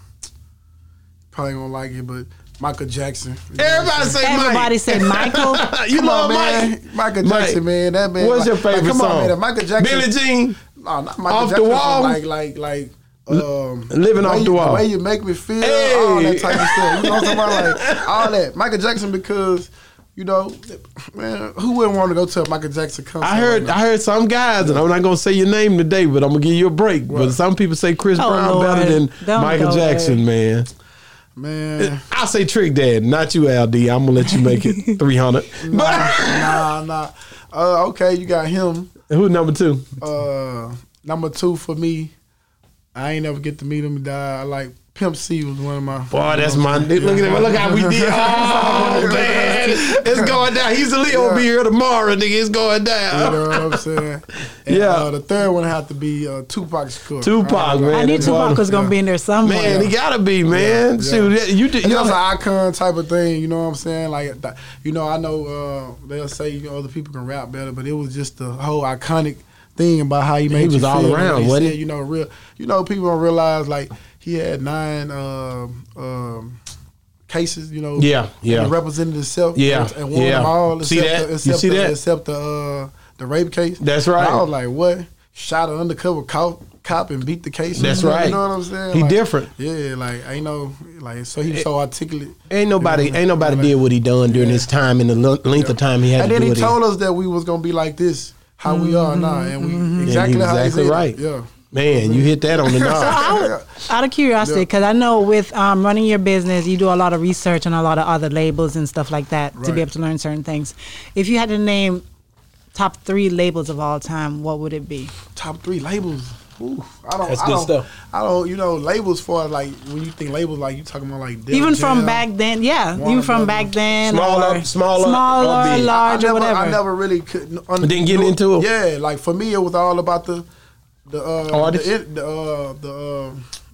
Speaker 4: probably gonna like it, but Michael Jackson. You know what I'm
Speaker 2: Everybody
Speaker 4: saying?
Speaker 2: say
Speaker 3: Everybody
Speaker 2: Mike.
Speaker 3: say Michael.
Speaker 2: you
Speaker 4: Come
Speaker 2: love
Speaker 4: on,
Speaker 2: Mike.
Speaker 4: man. Michael Jackson,
Speaker 2: Mike,
Speaker 4: man. That man.
Speaker 2: What's
Speaker 4: like-
Speaker 2: your favorite
Speaker 4: like, come
Speaker 2: song?
Speaker 4: On, man. If Michael Jackson.
Speaker 2: Billie Jean.
Speaker 4: No, not Michael
Speaker 2: Off the
Speaker 4: Jackson.
Speaker 2: Wall?
Speaker 4: Like, like, like. Um,
Speaker 2: Living
Speaker 4: the
Speaker 2: Off
Speaker 4: way
Speaker 2: the
Speaker 4: you-
Speaker 2: Wall.
Speaker 4: way you make me feel, all
Speaker 2: Hey.
Speaker 4: that type of stuff. You know what I'm talking about? Like all that. Michael Jackson because you know, man, who wouldn't want to go to a Michael Jackson concert?
Speaker 2: I heard
Speaker 4: right
Speaker 2: I heard some guys, and I'm not gonna say your name today, but I'm gonna give you a break. But some people say Chris
Speaker 3: Oh,
Speaker 2: Brown
Speaker 3: Lord.
Speaker 2: better than
Speaker 3: Don't
Speaker 2: Michael
Speaker 3: go there.
Speaker 2: Jackson, man.
Speaker 4: now. man.
Speaker 2: I say Trick Dad, not you, LD. I'm gonna let you make it 300. But
Speaker 4: nah, nah. Uh, okay, you got him.
Speaker 2: who number two?
Speaker 4: Uh, number two for me, I ain't never get to meet him and die. I like Pimp C was one of my.
Speaker 2: Boy, that's my look at that. Look how we did. Oh man, it's going down. He's a Leo. Be here tomorrow, nigga. It's going
Speaker 4: You
Speaker 2: down.
Speaker 4: know what I'm saying? And,
Speaker 2: Yeah.
Speaker 4: Uh, the third one had to be uh, Tupac's cook.
Speaker 2: Tupac, man.
Speaker 3: I knew
Speaker 2: that boy-
Speaker 3: Tupac was gonna be in there somewhere.
Speaker 2: Man, he gotta be man.
Speaker 4: Yeah,
Speaker 2: Shoot, you did.
Speaker 4: It's
Speaker 2: You
Speaker 4: just an
Speaker 2: know,
Speaker 4: icon type of thing, you know what I'm saying? Like, th- you know, I know uh, they'll say you know, other people can rap better, but it was just the whole iconic thing about how he made
Speaker 2: was
Speaker 4: you
Speaker 2: all
Speaker 4: feel.
Speaker 2: around,
Speaker 4: He
Speaker 2: wasn't
Speaker 4: said,
Speaker 2: he?
Speaker 4: You know, real. You know, people don't realize like he had nine um, um, cases. You know,
Speaker 2: Yeah,
Speaker 4: and
Speaker 2: yeah.
Speaker 4: he represented himself.
Speaker 2: Yeah,
Speaker 4: and won
Speaker 2: yeah.
Speaker 4: them all. Except
Speaker 2: See that?
Speaker 4: The,
Speaker 2: You
Speaker 4: except
Speaker 2: see
Speaker 4: the,
Speaker 2: that?
Speaker 4: Except the uh, the rape case.
Speaker 2: That's right.
Speaker 4: And I was like, what? Shot an undercover cop. Cop and beat the case.
Speaker 2: That's
Speaker 4: You know-
Speaker 2: right.
Speaker 4: You know what I'm saying?
Speaker 2: He
Speaker 4: Like,
Speaker 2: different.
Speaker 4: yeah, like ain't no like so he so articulate.
Speaker 2: Eh, ain't nobody, ain't nobody did what he done during his time and the lo- length of time he had
Speaker 4: And
Speaker 2: to
Speaker 4: then
Speaker 2: do
Speaker 4: he
Speaker 2: it. in.
Speaker 4: told us that we was gonna be like this, how we are now, and we exactly,
Speaker 2: mm-hmm. and he
Speaker 4: how he
Speaker 2: exactly
Speaker 4: said it.
Speaker 2: right.
Speaker 4: Yeah.
Speaker 2: Man, you hit that on the knob.
Speaker 3: out of curiosity,
Speaker 4: Yeah.
Speaker 3: because I know with um, running your business, you do a lot of research and a lot of other labels and stuff like that to
Speaker 4: Right.
Speaker 3: be able to learn certain things. If you had to name top three labels of all time, what would it be?
Speaker 4: Top three labels. Ooh, I don't.
Speaker 2: That's
Speaker 4: I
Speaker 2: good
Speaker 4: don't,
Speaker 2: stuff.
Speaker 4: I don't. You know, labels for like when you think labels, like you talking about like Def
Speaker 3: even from
Speaker 4: Jam.
Speaker 3: back then, yeah,
Speaker 4: Warner
Speaker 3: even from
Speaker 4: Brothers.
Speaker 3: back then,
Speaker 2: Small
Speaker 3: or
Speaker 2: up, small up,
Speaker 3: smaller,
Speaker 2: or big.
Speaker 4: I-
Speaker 3: large,
Speaker 4: I never,
Speaker 3: or whatever.
Speaker 4: I never really could. Un-
Speaker 2: Didn't get into 'em?
Speaker 4: Yeah, like for me, it was all about the the uh,
Speaker 2: Artists?
Speaker 4: the, it- the, uh, the uh,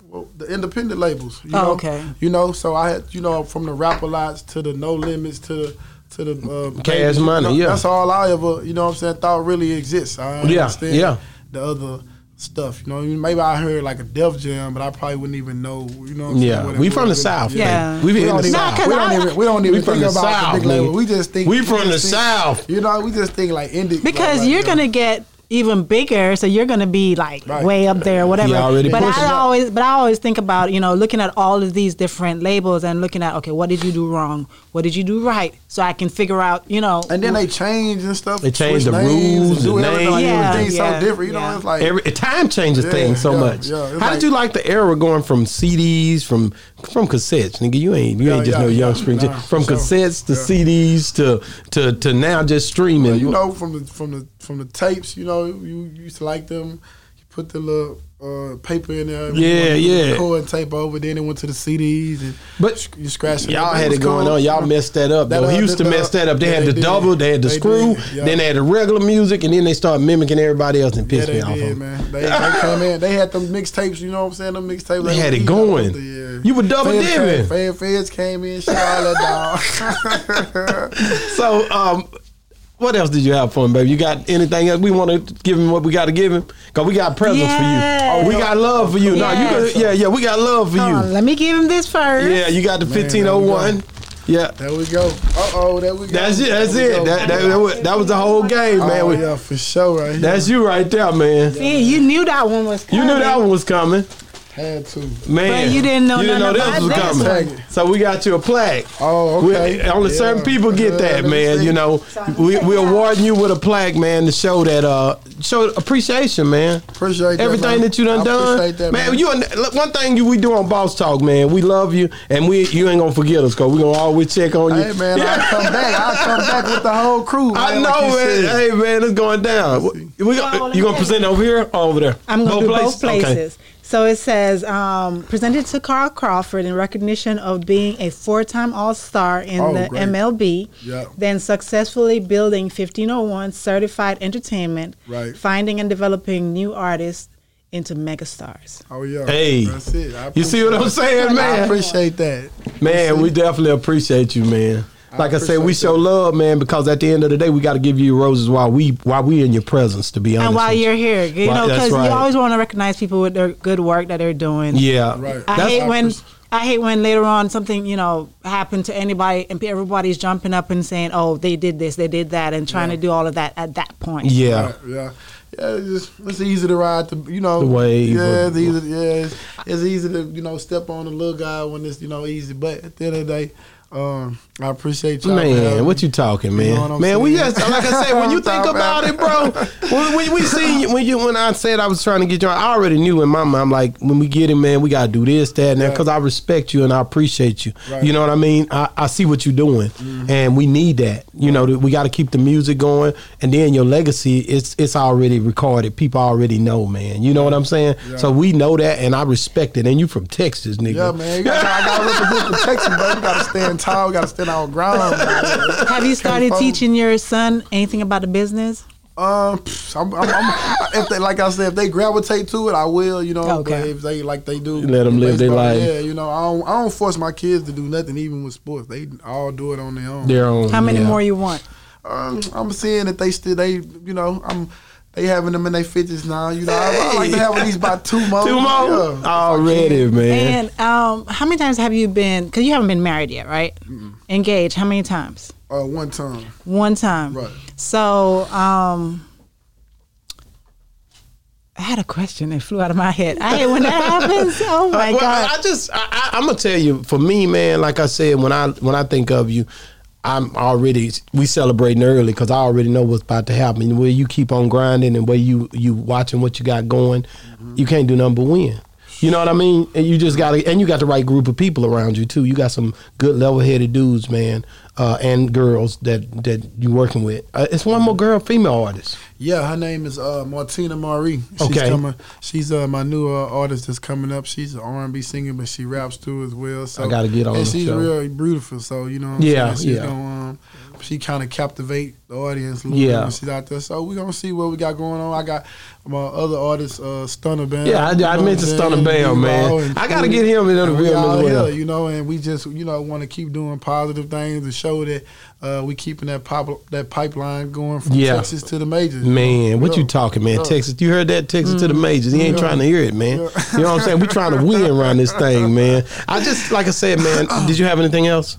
Speaker 4: well, the independent labels. You
Speaker 3: Oh,
Speaker 4: know?
Speaker 3: okay.
Speaker 4: You know, so I had you know from the rapper lots to the no limits to to the uh,
Speaker 2: Cash
Speaker 4: Baby.
Speaker 2: Money, yeah.
Speaker 4: That's all I ever you know what I'm saying thought really exists. I
Speaker 2: Yeah,
Speaker 4: understand
Speaker 2: yeah.
Speaker 4: the other stuff. You know, maybe I heard like a Def Jam, but I probably wouldn't even know. You know, what I'm
Speaker 2: Yeah,
Speaker 4: saying, what it
Speaker 2: we
Speaker 4: would
Speaker 2: from the
Speaker 4: have been.
Speaker 2: south.
Speaker 3: Yeah.
Speaker 2: man. We
Speaker 4: We
Speaker 2: in
Speaker 4: don't
Speaker 2: the
Speaker 4: even,
Speaker 3: Nah,
Speaker 2: south.
Speaker 4: we
Speaker 3: I-
Speaker 4: don't even, we don't
Speaker 2: We
Speaker 4: even
Speaker 2: from
Speaker 4: think
Speaker 2: the
Speaker 4: about the
Speaker 2: South,
Speaker 4: big label.
Speaker 2: nigga.
Speaker 4: We just think
Speaker 2: We
Speaker 4: we
Speaker 2: from
Speaker 4: just
Speaker 2: the
Speaker 4: think-
Speaker 2: South.
Speaker 4: You know, we just think like indie. like,
Speaker 3: because
Speaker 4: like,
Speaker 3: you're
Speaker 4: yeah.
Speaker 3: gonna get even bigger, so you're gonna be like
Speaker 4: Right.
Speaker 3: way up there, whatever.
Speaker 2: Yeah, already
Speaker 3: but
Speaker 2: pushing
Speaker 3: I
Speaker 2: up.
Speaker 3: always, but I always think about you know looking at all of these different labels and looking at okay, what did you do wrong? What did you do right? So I can figure out you know.
Speaker 4: And then they change and stuff.
Speaker 2: They change
Speaker 4: switch
Speaker 2: the
Speaker 4: names
Speaker 2: rules,
Speaker 4: do
Speaker 2: the
Speaker 4: everything. Like,
Speaker 3: names.
Speaker 4: everything's
Speaker 3: Yeah,
Speaker 4: so different. You
Speaker 3: yeah.
Speaker 4: know, it's like
Speaker 2: Every time changes
Speaker 4: Yeah,
Speaker 2: things so
Speaker 4: yeah,
Speaker 2: much.
Speaker 4: yeah. It's
Speaker 2: How
Speaker 4: like-
Speaker 2: did you like the era going from CDs from from cassettes, nigga? You ain't you
Speaker 4: Yeah,
Speaker 2: ain't just
Speaker 4: yeah,
Speaker 2: no young
Speaker 4: yeah.
Speaker 2: spring.
Speaker 4: Nah,
Speaker 2: from
Speaker 4: for sure.
Speaker 2: cassettes to
Speaker 4: Yeah.
Speaker 2: CDs to to to now just streaming.
Speaker 4: you know from the from the from the tapes. You know, you, you used to like them. You put the little uh, paper in there.
Speaker 2: Yeah,
Speaker 4: you
Speaker 2: yeah.
Speaker 4: Record tape over. Then it went to the CDs and
Speaker 2: But
Speaker 4: sc- you scratched. it.
Speaker 2: Y'all
Speaker 4: That
Speaker 2: had
Speaker 4: was
Speaker 2: it going
Speaker 4: cool.
Speaker 2: on. Y'all
Speaker 4: You know?
Speaker 2: messed that up
Speaker 4: That
Speaker 2: though.
Speaker 4: other-
Speaker 2: Houston
Speaker 4: that-
Speaker 2: messed that up. They
Speaker 4: yeah,
Speaker 2: had the
Speaker 4: they did.
Speaker 2: double, they had the
Speaker 4: They
Speaker 2: screw,
Speaker 4: did, yeah.
Speaker 2: then they had the regular music, and then they started mimicking everybody else and
Speaker 4: Yeah,
Speaker 2: pissed
Speaker 4: they
Speaker 2: me off.
Speaker 4: did, man. They, they came in. They had them mixtapes. You know what I'm saying? Them mixtapes.
Speaker 2: They had it
Speaker 4: was-
Speaker 2: going.
Speaker 4: Yeah.
Speaker 2: You were double
Speaker 4: Feds came-
Speaker 2: dipping.
Speaker 4: Fed feds came in, shot all that
Speaker 2: So, um, what else did you have for him, baby? You got anything else? We want to give him what we got to give him because we got presents
Speaker 3: Yes.
Speaker 2: for you. we got love for you.
Speaker 3: Yes.
Speaker 2: No, you. Got, yeah, yeah, we got love for
Speaker 3: Hold on,
Speaker 2: you.
Speaker 3: let me give him this first.
Speaker 2: Yeah, you got the
Speaker 4: there we
Speaker 2: fifteen
Speaker 4: go.
Speaker 2: oh one. Yeah,
Speaker 4: dog. there we go. Uh oh, there we go.
Speaker 2: that's it.
Speaker 4: There
Speaker 2: That's
Speaker 4: we
Speaker 2: it.
Speaker 4: go.
Speaker 2: That, that, that, was, that was the whole game, man.
Speaker 4: oh,
Speaker 2: We-
Speaker 4: yeah, for sure, right?
Speaker 2: That's you right there, man.
Speaker 3: See, you knew that one was.
Speaker 2: You
Speaker 3: Coming.
Speaker 2: knew that one was coming,
Speaker 4: here. had to.
Speaker 2: man.
Speaker 3: But you didn't know none about this
Speaker 4: one.
Speaker 2: So we got you a plaque.
Speaker 4: Oh,
Speaker 2: We-
Speaker 4: okay.
Speaker 2: only
Speaker 4: Yeah.
Speaker 2: certain people
Speaker 4: Yeah,
Speaker 2: get that,
Speaker 4: let me
Speaker 2: man.
Speaker 4: see.
Speaker 2: You know, we we awarding you with a plaque, man, to show that uh show appreciation, man.
Speaker 4: Appreciate that,
Speaker 2: everything
Speaker 4: man.
Speaker 2: that you done
Speaker 4: I
Speaker 2: done,
Speaker 4: appreciate that,
Speaker 2: man.
Speaker 4: man.
Speaker 2: You and look, one thing you, we do on Boss Talk, man. We love you, and we you ain't gonna forget us, cause we gonna always check on you.
Speaker 4: Hey man, I'll come back. I'll come back with the whole crew.
Speaker 2: I
Speaker 4: man,
Speaker 2: know,
Speaker 4: like you
Speaker 2: man.
Speaker 4: said.
Speaker 2: Hey, man, it's going down. We, we
Speaker 3: Well,
Speaker 2: gonna,
Speaker 3: let
Speaker 2: you
Speaker 3: me
Speaker 2: gonna
Speaker 3: tell
Speaker 2: present it over here or over there?
Speaker 3: I'm going to do both
Speaker 2: Okay.
Speaker 3: places. So it says um, presented to Carl Crawford in recognition of being a four-time All-Star in
Speaker 4: Oh,
Speaker 3: the
Speaker 4: great.
Speaker 3: MLB,
Speaker 4: Yeah.
Speaker 3: then successfully building 1501 Certified Entertainment,
Speaker 4: Right.
Speaker 3: finding and developing new artists into megastars.
Speaker 4: Oh yeah.
Speaker 2: Hey,
Speaker 4: That's it. I
Speaker 2: you see what I'm
Speaker 4: appreciate
Speaker 2: saying,
Speaker 4: that. I
Speaker 2: man?
Speaker 4: appreciate that.
Speaker 2: Man, we definitely appreciate you, man. Like I, said, we
Speaker 4: appreciate
Speaker 2: show love, man, because at the end of the day, we got to give you roses while we while we in your presence. To be honest,
Speaker 3: and while
Speaker 2: with
Speaker 3: you're here, you
Speaker 2: Why-
Speaker 3: know,
Speaker 2: that's
Speaker 3: because
Speaker 2: right.
Speaker 3: you always want to recognize people with their good work that they're doing.
Speaker 2: yeah,
Speaker 4: Right.
Speaker 3: I
Speaker 2: That's-
Speaker 3: hate when
Speaker 4: Appres-
Speaker 3: I hate when later on something you know happened to anybody and everybody's jumping up and saying, "Oh, they did this, they did that," and trying to do all of that at that point.
Speaker 2: yeah.
Speaker 4: Yeah, yeah. Yeah, it's, just, it's easy to ride the, you know,
Speaker 2: The wave
Speaker 4: Yeah,
Speaker 2: of-
Speaker 4: it's easy. Yeah, it's, it's easy to you know step on the little guy when it's you know easy. But at the end of the day, um, I appreciate y'all. for having
Speaker 2: Man, what
Speaker 4: me.
Speaker 2: you talking,
Speaker 4: know
Speaker 2: man?
Speaker 4: what I'm
Speaker 2: man, we
Speaker 4: saying?
Speaker 2: just like I said, when you
Speaker 4: I'm
Speaker 2: think
Speaker 4: talking
Speaker 2: about
Speaker 4: about
Speaker 2: it, bro. When, when we seen you, when you when I said I was trying to get you, on, I already knew in my mind. I'm like, when we get him, man, we gotta do this, that, and that,
Speaker 4: Yeah.
Speaker 2: because I respect you and I appreciate you.
Speaker 4: Right. Mm-hmm.
Speaker 2: You know what I mean? I, I see what you're doing, and we need that. You know, that we got to keep the music going, and then your legacy, it's it's already recorded. People already know, man. You know what I'm saying? So we know that, and I respect it. And you from Texas, nigga?
Speaker 4: Yeah, man. You gotta, I gotta represent the Texas, bro. You gotta stand tall. You gotta stand our ground. man.
Speaker 3: Have you started
Speaker 4: follow.
Speaker 3: teaching your son anything about the business?
Speaker 4: Um, pfft, I'm, I'm, I'm, if they, like I said, if they gravitate to it, I will. You know,
Speaker 3: Okay.
Speaker 4: but if they like they do,
Speaker 2: Let 'em live their
Speaker 4: baseball,
Speaker 2: life.
Speaker 4: Yeah, you know, I don't, I don't force my kids to do nothing, even with sports. They all do it on their own.
Speaker 2: Their own.
Speaker 3: How many
Speaker 2: yeah.
Speaker 3: more you want?
Speaker 4: Um, I'm seeing that they still they, you know, I'm. They having them in their fifties now, you know. I, I like to have at least about two more.
Speaker 2: Two more
Speaker 4: Yeah.
Speaker 2: already, man.
Speaker 3: And um, how many times have you been? Because you haven't been married yet, right? Engaged. How many times?
Speaker 4: Uh, one time.
Speaker 3: One time.
Speaker 4: Right.
Speaker 3: So, um, I had a question that flew out of my head. I hate when that happens. Oh my
Speaker 2: Uh, well,
Speaker 3: god.
Speaker 2: I just I, I, I'm gonna tell you, for me, man. Like I said, when I when I think of you, I'm already we celebrating early because I already know what's about to happen. Where you keep on grinding and where you you watching what you got going,
Speaker 4: Mm-hmm.
Speaker 2: you can't do nothing but win. You know what I mean? And you just got to, and you got the right group of people around you too. You got some good level-headed dudes, man, uh, and girls that that you working with. Uh, it's one more girl, female artist.
Speaker 4: Yeah, her name is uh, Martina Marie. She's
Speaker 2: Okay.
Speaker 4: coming. She's uh, my new uh, artist that's coming up. She's an R and B singer, but she raps too as well. So
Speaker 2: I gotta get on
Speaker 4: And
Speaker 2: the
Speaker 4: she's
Speaker 2: show.
Speaker 4: real beautiful. So you know, what I'm
Speaker 2: Yeah,
Speaker 4: saying? she's
Speaker 2: yeah.
Speaker 4: gonna um, she kind of captivate the audience. a little
Speaker 2: Yeah.
Speaker 4: bit when she's out there. So we gonna see what we got going on. I got my other artist, uh, Stunner Bam.
Speaker 2: Yeah, I- I
Speaker 4: you know what I'm
Speaker 2: mentioned
Speaker 4: saying?
Speaker 2: Stunner Bam,
Speaker 4: Meatball
Speaker 2: man.
Speaker 4: and
Speaker 2: I gotta
Speaker 4: Cool.
Speaker 2: get him in the
Speaker 4: And we
Speaker 2: room as
Speaker 4: out
Speaker 2: well.
Speaker 4: here, you know, and we just you know want to keep doing positive things to show that uh, we keeping that pop that pipeline going from
Speaker 2: Yeah.
Speaker 4: Texas to the majors.
Speaker 2: Man, what you
Speaker 4: Yeah.
Speaker 2: talking, man?
Speaker 4: Yeah. Mm-hmm.
Speaker 2: Texas, you heard that? Texas to the majors. He ain't
Speaker 4: Yeah.
Speaker 2: trying to hear it, man.
Speaker 4: Yeah.
Speaker 2: You know what I'm saying? We trying to win around this thing, man. I just, like I said, man. Did you have anything else?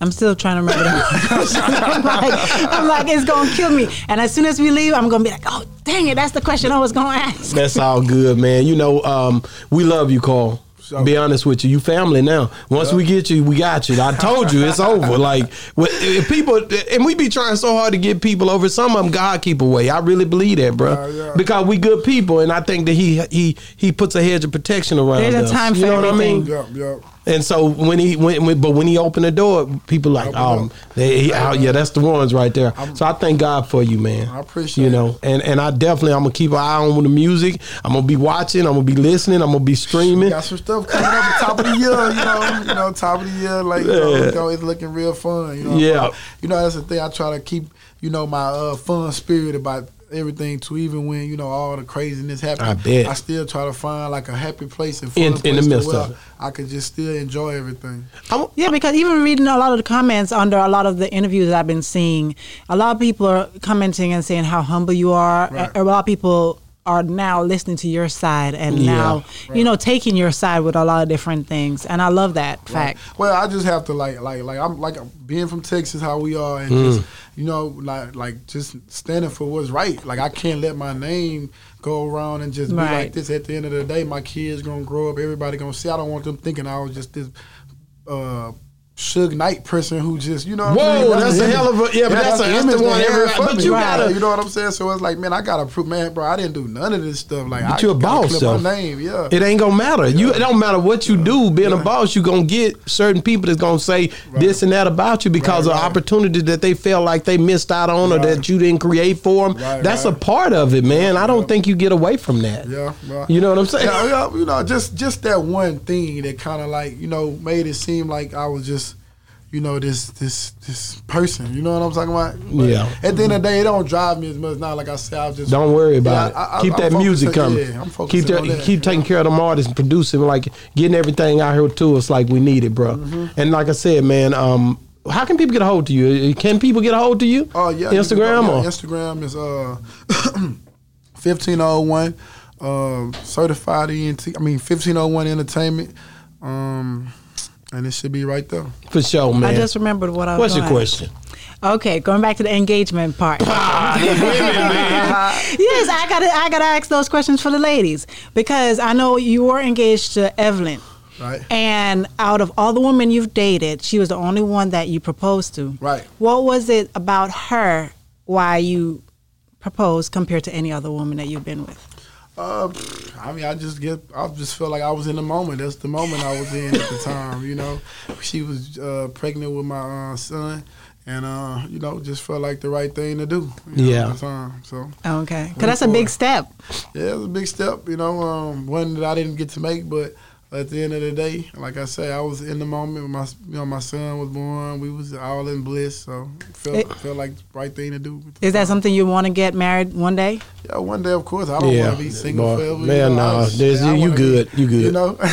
Speaker 3: I'm still trying to remember that. I'm, like, I'm like, it's gonna kill me. And as soon as we leave, I'm gonna be like, oh dang it, that's the question I was gonna ask.
Speaker 2: That's all good, man. You know, um, we love you, Carl.
Speaker 4: So-
Speaker 2: Be honest with you, you family now. Once we get you, we got you. I told you it's over. Like what- if people, and we be trying so hard to get people over. Some of them God keep away. I really believe that, bro,
Speaker 4: Yeah, yeah.
Speaker 2: because we good people, and I think that he he he puts a hedge of protection around
Speaker 3: There's a
Speaker 2: us.
Speaker 3: time
Speaker 2: you
Speaker 3: for
Speaker 2: know what I mean?
Speaker 3: everything.
Speaker 4: Yep, yep.
Speaker 2: And so when he when, when- but when he opened the door, people like,
Speaker 4: Open
Speaker 2: oh,
Speaker 4: up.
Speaker 2: they, he, oh, yeah, that's the ones right there. so I thank God for you, man.
Speaker 4: I appreciate
Speaker 2: you
Speaker 4: it.
Speaker 2: know, and and I definitely I'm gonna keep an eye on the music. I'm gonna be watching. I'm gonna be listening. I'm gonna be
Speaker 4: We
Speaker 2: streaming.
Speaker 4: got some stuff coming up at the top of the year, you know, you know, top of the year, like you know,
Speaker 2: Yeah.
Speaker 4: you know, it's looking real fun, you know.
Speaker 2: Yeah.
Speaker 4: you know that's the thing. I try to keep, you know, my uh, fun spirit about everything. To even when you know all the craziness happens,
Speaker 2: I bet.
Speaker 4: I still try to find like a happy place and fun
Speaker 2: In- in
Speaker 4: place
Speaker 2: the
Speaker 4: to
Speaker 2: midst
Speaker 4: where
Speaker 2: of it.
Speaker 4: I could just still enjoy everything.
Speaker 2: I'm-
Speaker 3: Yeah, because even reading a lot of the comments under a lot of the interviews I've been seeing, a lot of people are commenting and saying how humble you are.
Speaker 4: Right.
Speaker 3: A, a lot of people are now listening to your side and
Speaker 2: Yeah.
Speaker 3: now, you know, taking your side with a lot of different things. And I love that fact.
Speaker 4: Well, I just have to like, like, like I'm like being from Texas, how we are, and
Speaker 2: Mm.
Speaker 4: just you know, like, like just standing for what's right. Like I can't let my name go around and just be
Speaker 3: Right.
Speaker 4: like this. At the end of the day, my kids gonna grow up. Everybody gonna see. I don't want them thinking I was just this. uh Suge Knight person who just you know what I mean?
Speaker 2: Whoa, that's
Speaker 4: the
Speaker 2: a hell of a-
Speaker 4: image-
Speaker 2: yeah, but that's a- that's the
Speaker 4: image they
Speaker 2: one
Speaker 4: had
Speaker 2: everybody-
Speaker 4: for
Speaker 2: but
Speaker 4: me.
Speaker 2: you
Speaker 4: Right.
Speaker 2: gotta-
Speaker 4: you know what I'm saying so it's like man I gotta prove man bro I didn't do none of this stuff like
Speaker 2: But
Speaker 4: I
Speaker 2: you're a
Speaker 4: gotta
Speaker 2: boss,
Speaker 4: clear
Speaker 2: though.
Speaker 4: my name yeah
Speaker 2: It ain't gonna matter. You it don't matter what you do. Being a boss, you gonna get certain people that's gonna say this and that about you because
Speaker 4: Right,
Speaker 2: of
Speaker 4: right.
Speaker 2: opportunities that they felt like they missed out on or that you didn't create for them.
Speaker 4: Right,
Speaker 2: that's a
Speaker 4: right.
Speaker 2: part of it, man. I don't
Speaker 4: Yeah.
Speaker 2: think you get away from that.
Speaker 4: Yeah, well,
Speaker 2: You know what I'm saying?
Speaker 4: Yeah, yeah, you know, just just that one thing that kind of like you know made it seem like I was just you know this this this person. You know what I'm talking about? But
Speaker 2: Yeah.
Speaker 4: At the end of the day, it don't drive me as much now. Like I said, I just
Speaker 2: Don't worry about
Speaker 4: Yeah, I-
Speaker 2: it.
Speaker 4: I-
Speaker 2: keep
Speaker 4: I'm
Speaker 2: that music
Speaker 4: focusing-
Speaker 2: coming.
Speaker 4: Yeah, I'm focusing
Speaker 2: keep
Speaker 4: on that.
Speaker 2: keep taking care of them artists and producing, like getting everything out here to us like we need it, bro.
Speaker 4: Mm-hmm.
Speaker 2: And like I said, man, um, how can people get a hold to you? Can people get a hold to you?
Speaker 4: Oh yeah, you can go-
Speaker 2: Instagram
Speaker 4: yeah,
Speaker 2: or
Speaker 4: Instagram is uh fifteen oh one um certified ENT. I mean fifteen oh one entertainment. Um, and it should be right there.
Speaker 2: for sure, man.
Speaker 3: I just remembered what I was
Speaker 2: What's your
Speaker 3: gonna ask.
Speaker 2: question?
Speaker 3: Okay, going back to the engagement part.
Speaker 2: man.
Speaker 3: yes, I gotta I gotta ask those questions for the ladies. Because I know you were engaged to Evelyn.
Speaker 4: Right.
Speaker 3: And out of all the women you've dated, she was the only one that you proposed to.
Speaker 4: Right.
Speaker 3: What was it about her why you proposed compared to any other woman that you've been with?
Speaker 4: Uh, pfft, I mean, I just get, I just felt like I was in the moment. That's the moment I was in at the time. You know, she was uh, pregnant with my uh, son, and uh, you know, just felt like the right thing to do. you know,
Speaker 2: Yeah.
Speaker 4: at the time. So
Speaker 3: Okay. Because that's a big step.
Speaker 4: yeah, it was a big step. You know, um, one that I didn't get to make, but at the end of the day, like I say, I was in the moment. When my, you know, my son was born. We was all in bliss. So felt
Speaker 3: It-
Speaker 4: felt like the right thing to do. at the
Speaker 3: Is that
Speaker 4: time.
Speaker 3: something you want to get married one day?
Speaker 4: Yeah, uh, one day, of course. I don't
Speaker 2: Yeah.
Speaker 4: want to be single
Speaker 2: Boy,
Speaker 4: forever.
Speaker 2: man,
Speaker 4: you know,
Speaker 2: nah,
Speaker 4: I just-
Speaker 2: there's-
Speaker 4: I
Speaker 2: you- you
Speaker 4: wanna be-
Speaker 2: good, you good.
Speaker 4: You know,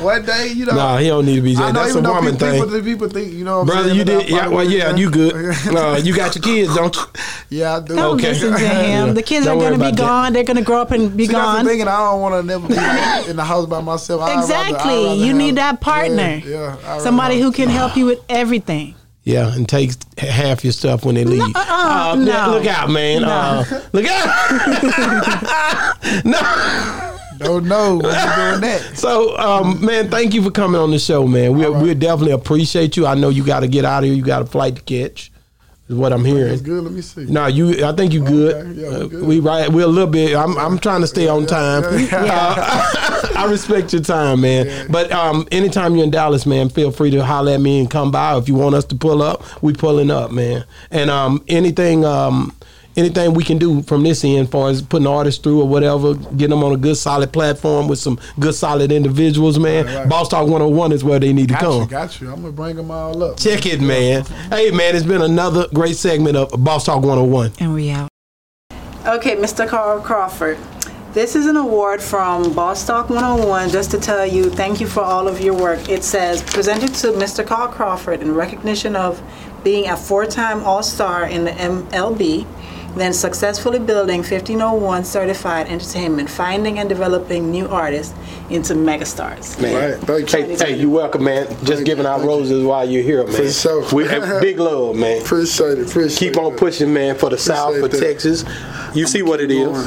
Speaker 4: one day, you know.
Speaker 2: Nah, he don't need to be.
Speaker 4: I know,
Speaker 2: That's a
Speaker 4: even though
Speaker 2: woman
Speaker 4: people,
Speaker 2: thing.
Speaker 4: People, people think, you know, what I'm
Speaker 2: Brother,
Speaker 4: saying,
Speaker 2: you
Speaker 4: that I
Speaker 2: did. Yeah,
Speaker 4: probably
Speaker 2: well, yeah,
Speaker 4: wouldn't.
Speaker 2: you good. Uh, you got your kids, don't you?
Speaker 4: yeah, I do.
Speaker 3: Don't listen to him.
Speaker 2: Yeah.
Speaker 3: The kids
Speaker 2: Don't
Speaker 3: are
Speaker 2: worry
Speaker 3: going to
Speaker 2: about
Speaker 3: be
Speaker 2: that.
Speaker 3: gone. They're going to grow up and be
Speaker 4: See, that's
Speaker 3: gone.
Speaker 4: the thing, and I don't want to never be like, in the house by myself. I'd rather- I'd
Speaker 3: Exactly.
Speaker 4: rather
Speaker 3: you
Speaker 4: have-
Speaker 3: need that partner.
Speaker 4: Yeah, yeah
Speaker 3: Somebody who can help you with everything.
Speaker 2: Yeah, and take half your stuff when they leave. Uh,
Speaker 3: uh-uh, no.
Speaker 2: Look out, man. Uh, look out. no.
Speaker 4: don't know when you're doing that.
Speaker 2: So, um, man, thank you for coming on the show, man. We we definitely appreciate you. I know you got to get out of here. You got a flight to catch, is what I'm
Speaker 4: It's
Speaker 2: hearing.
Speaker 4: good. Let me see.
Speaker 2: No, you. I think you good.
Speaker 4: yeah, we
Speaker 2: Uh,
Speaker 4: good.
Speaker 2: we right. We're a little bit. I'm. I'm trying to stay on time.
Speaker 4: yeah,
Speaker 2: Uh, I respect your time, man. But um, anytime you're in Dallas, man, feel free to holler at me and come by. If you want us to pull up, we pulling up, man. And um, anything um, anything we can do from this end, as far as putting artists through or whatever, getting them on a good solid platform with some good solid individuals, man.
Speaker 5: Right, right.
Speaker 2: Boss Talk 101 is where they need to
Speaker 5: Got
Speaker 2: come.
Speaker 5: you, got you. I'm gonna bring them all up.
Speaker 2: Check it, man. Hey, man, it's been another great segment of Boss Talk 101.
Speaker 6: And we out.
Speaker 3: Okay, Mr. Carl Crawford. This is an award from Boss Talk 101 just to tell you thank you for all of your work. It says presented to Mr. Carl Crawford in recognition of being a four-time All-Star in the MLB, then successfully building 1501 certified entertainment, finding and developing new artists into megastars.
Speaker 2: Man.
Speaker 4: Right, thank you.
Speaker 2: Hey, hey, you welcome, man. Just giving out roses while you're here, man.
Speaker 4: For sure.
Speaker 2: We, and big love, man.
Speaker 4: Appreciate it. Appreciate
Speaker 2: Keep on
Speaker 4: it.
Speaker 2: pushing, man, for the South, for
Speaker 4: Appreciate
Speaker 2: Texas.
Speaker 4: that.
Speaker 2: You see what it
Speaker 4: going.
Speaker 2: is.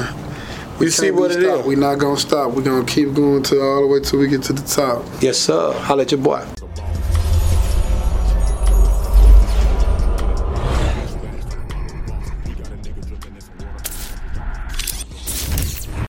Speaker 2: You
Speaker 4: We
Speaker 2: see
Speaker 4: can't
Speaker 2: what
Speaker 4: be
Speaker 2: it
Speaker 4: stopped.
Speaker 2: is.
Speaker 4: We're not gonna stop. We're gonna keep going to all the way till we get to the top.
Speaker 2: Yes, sir. Holla at your boy.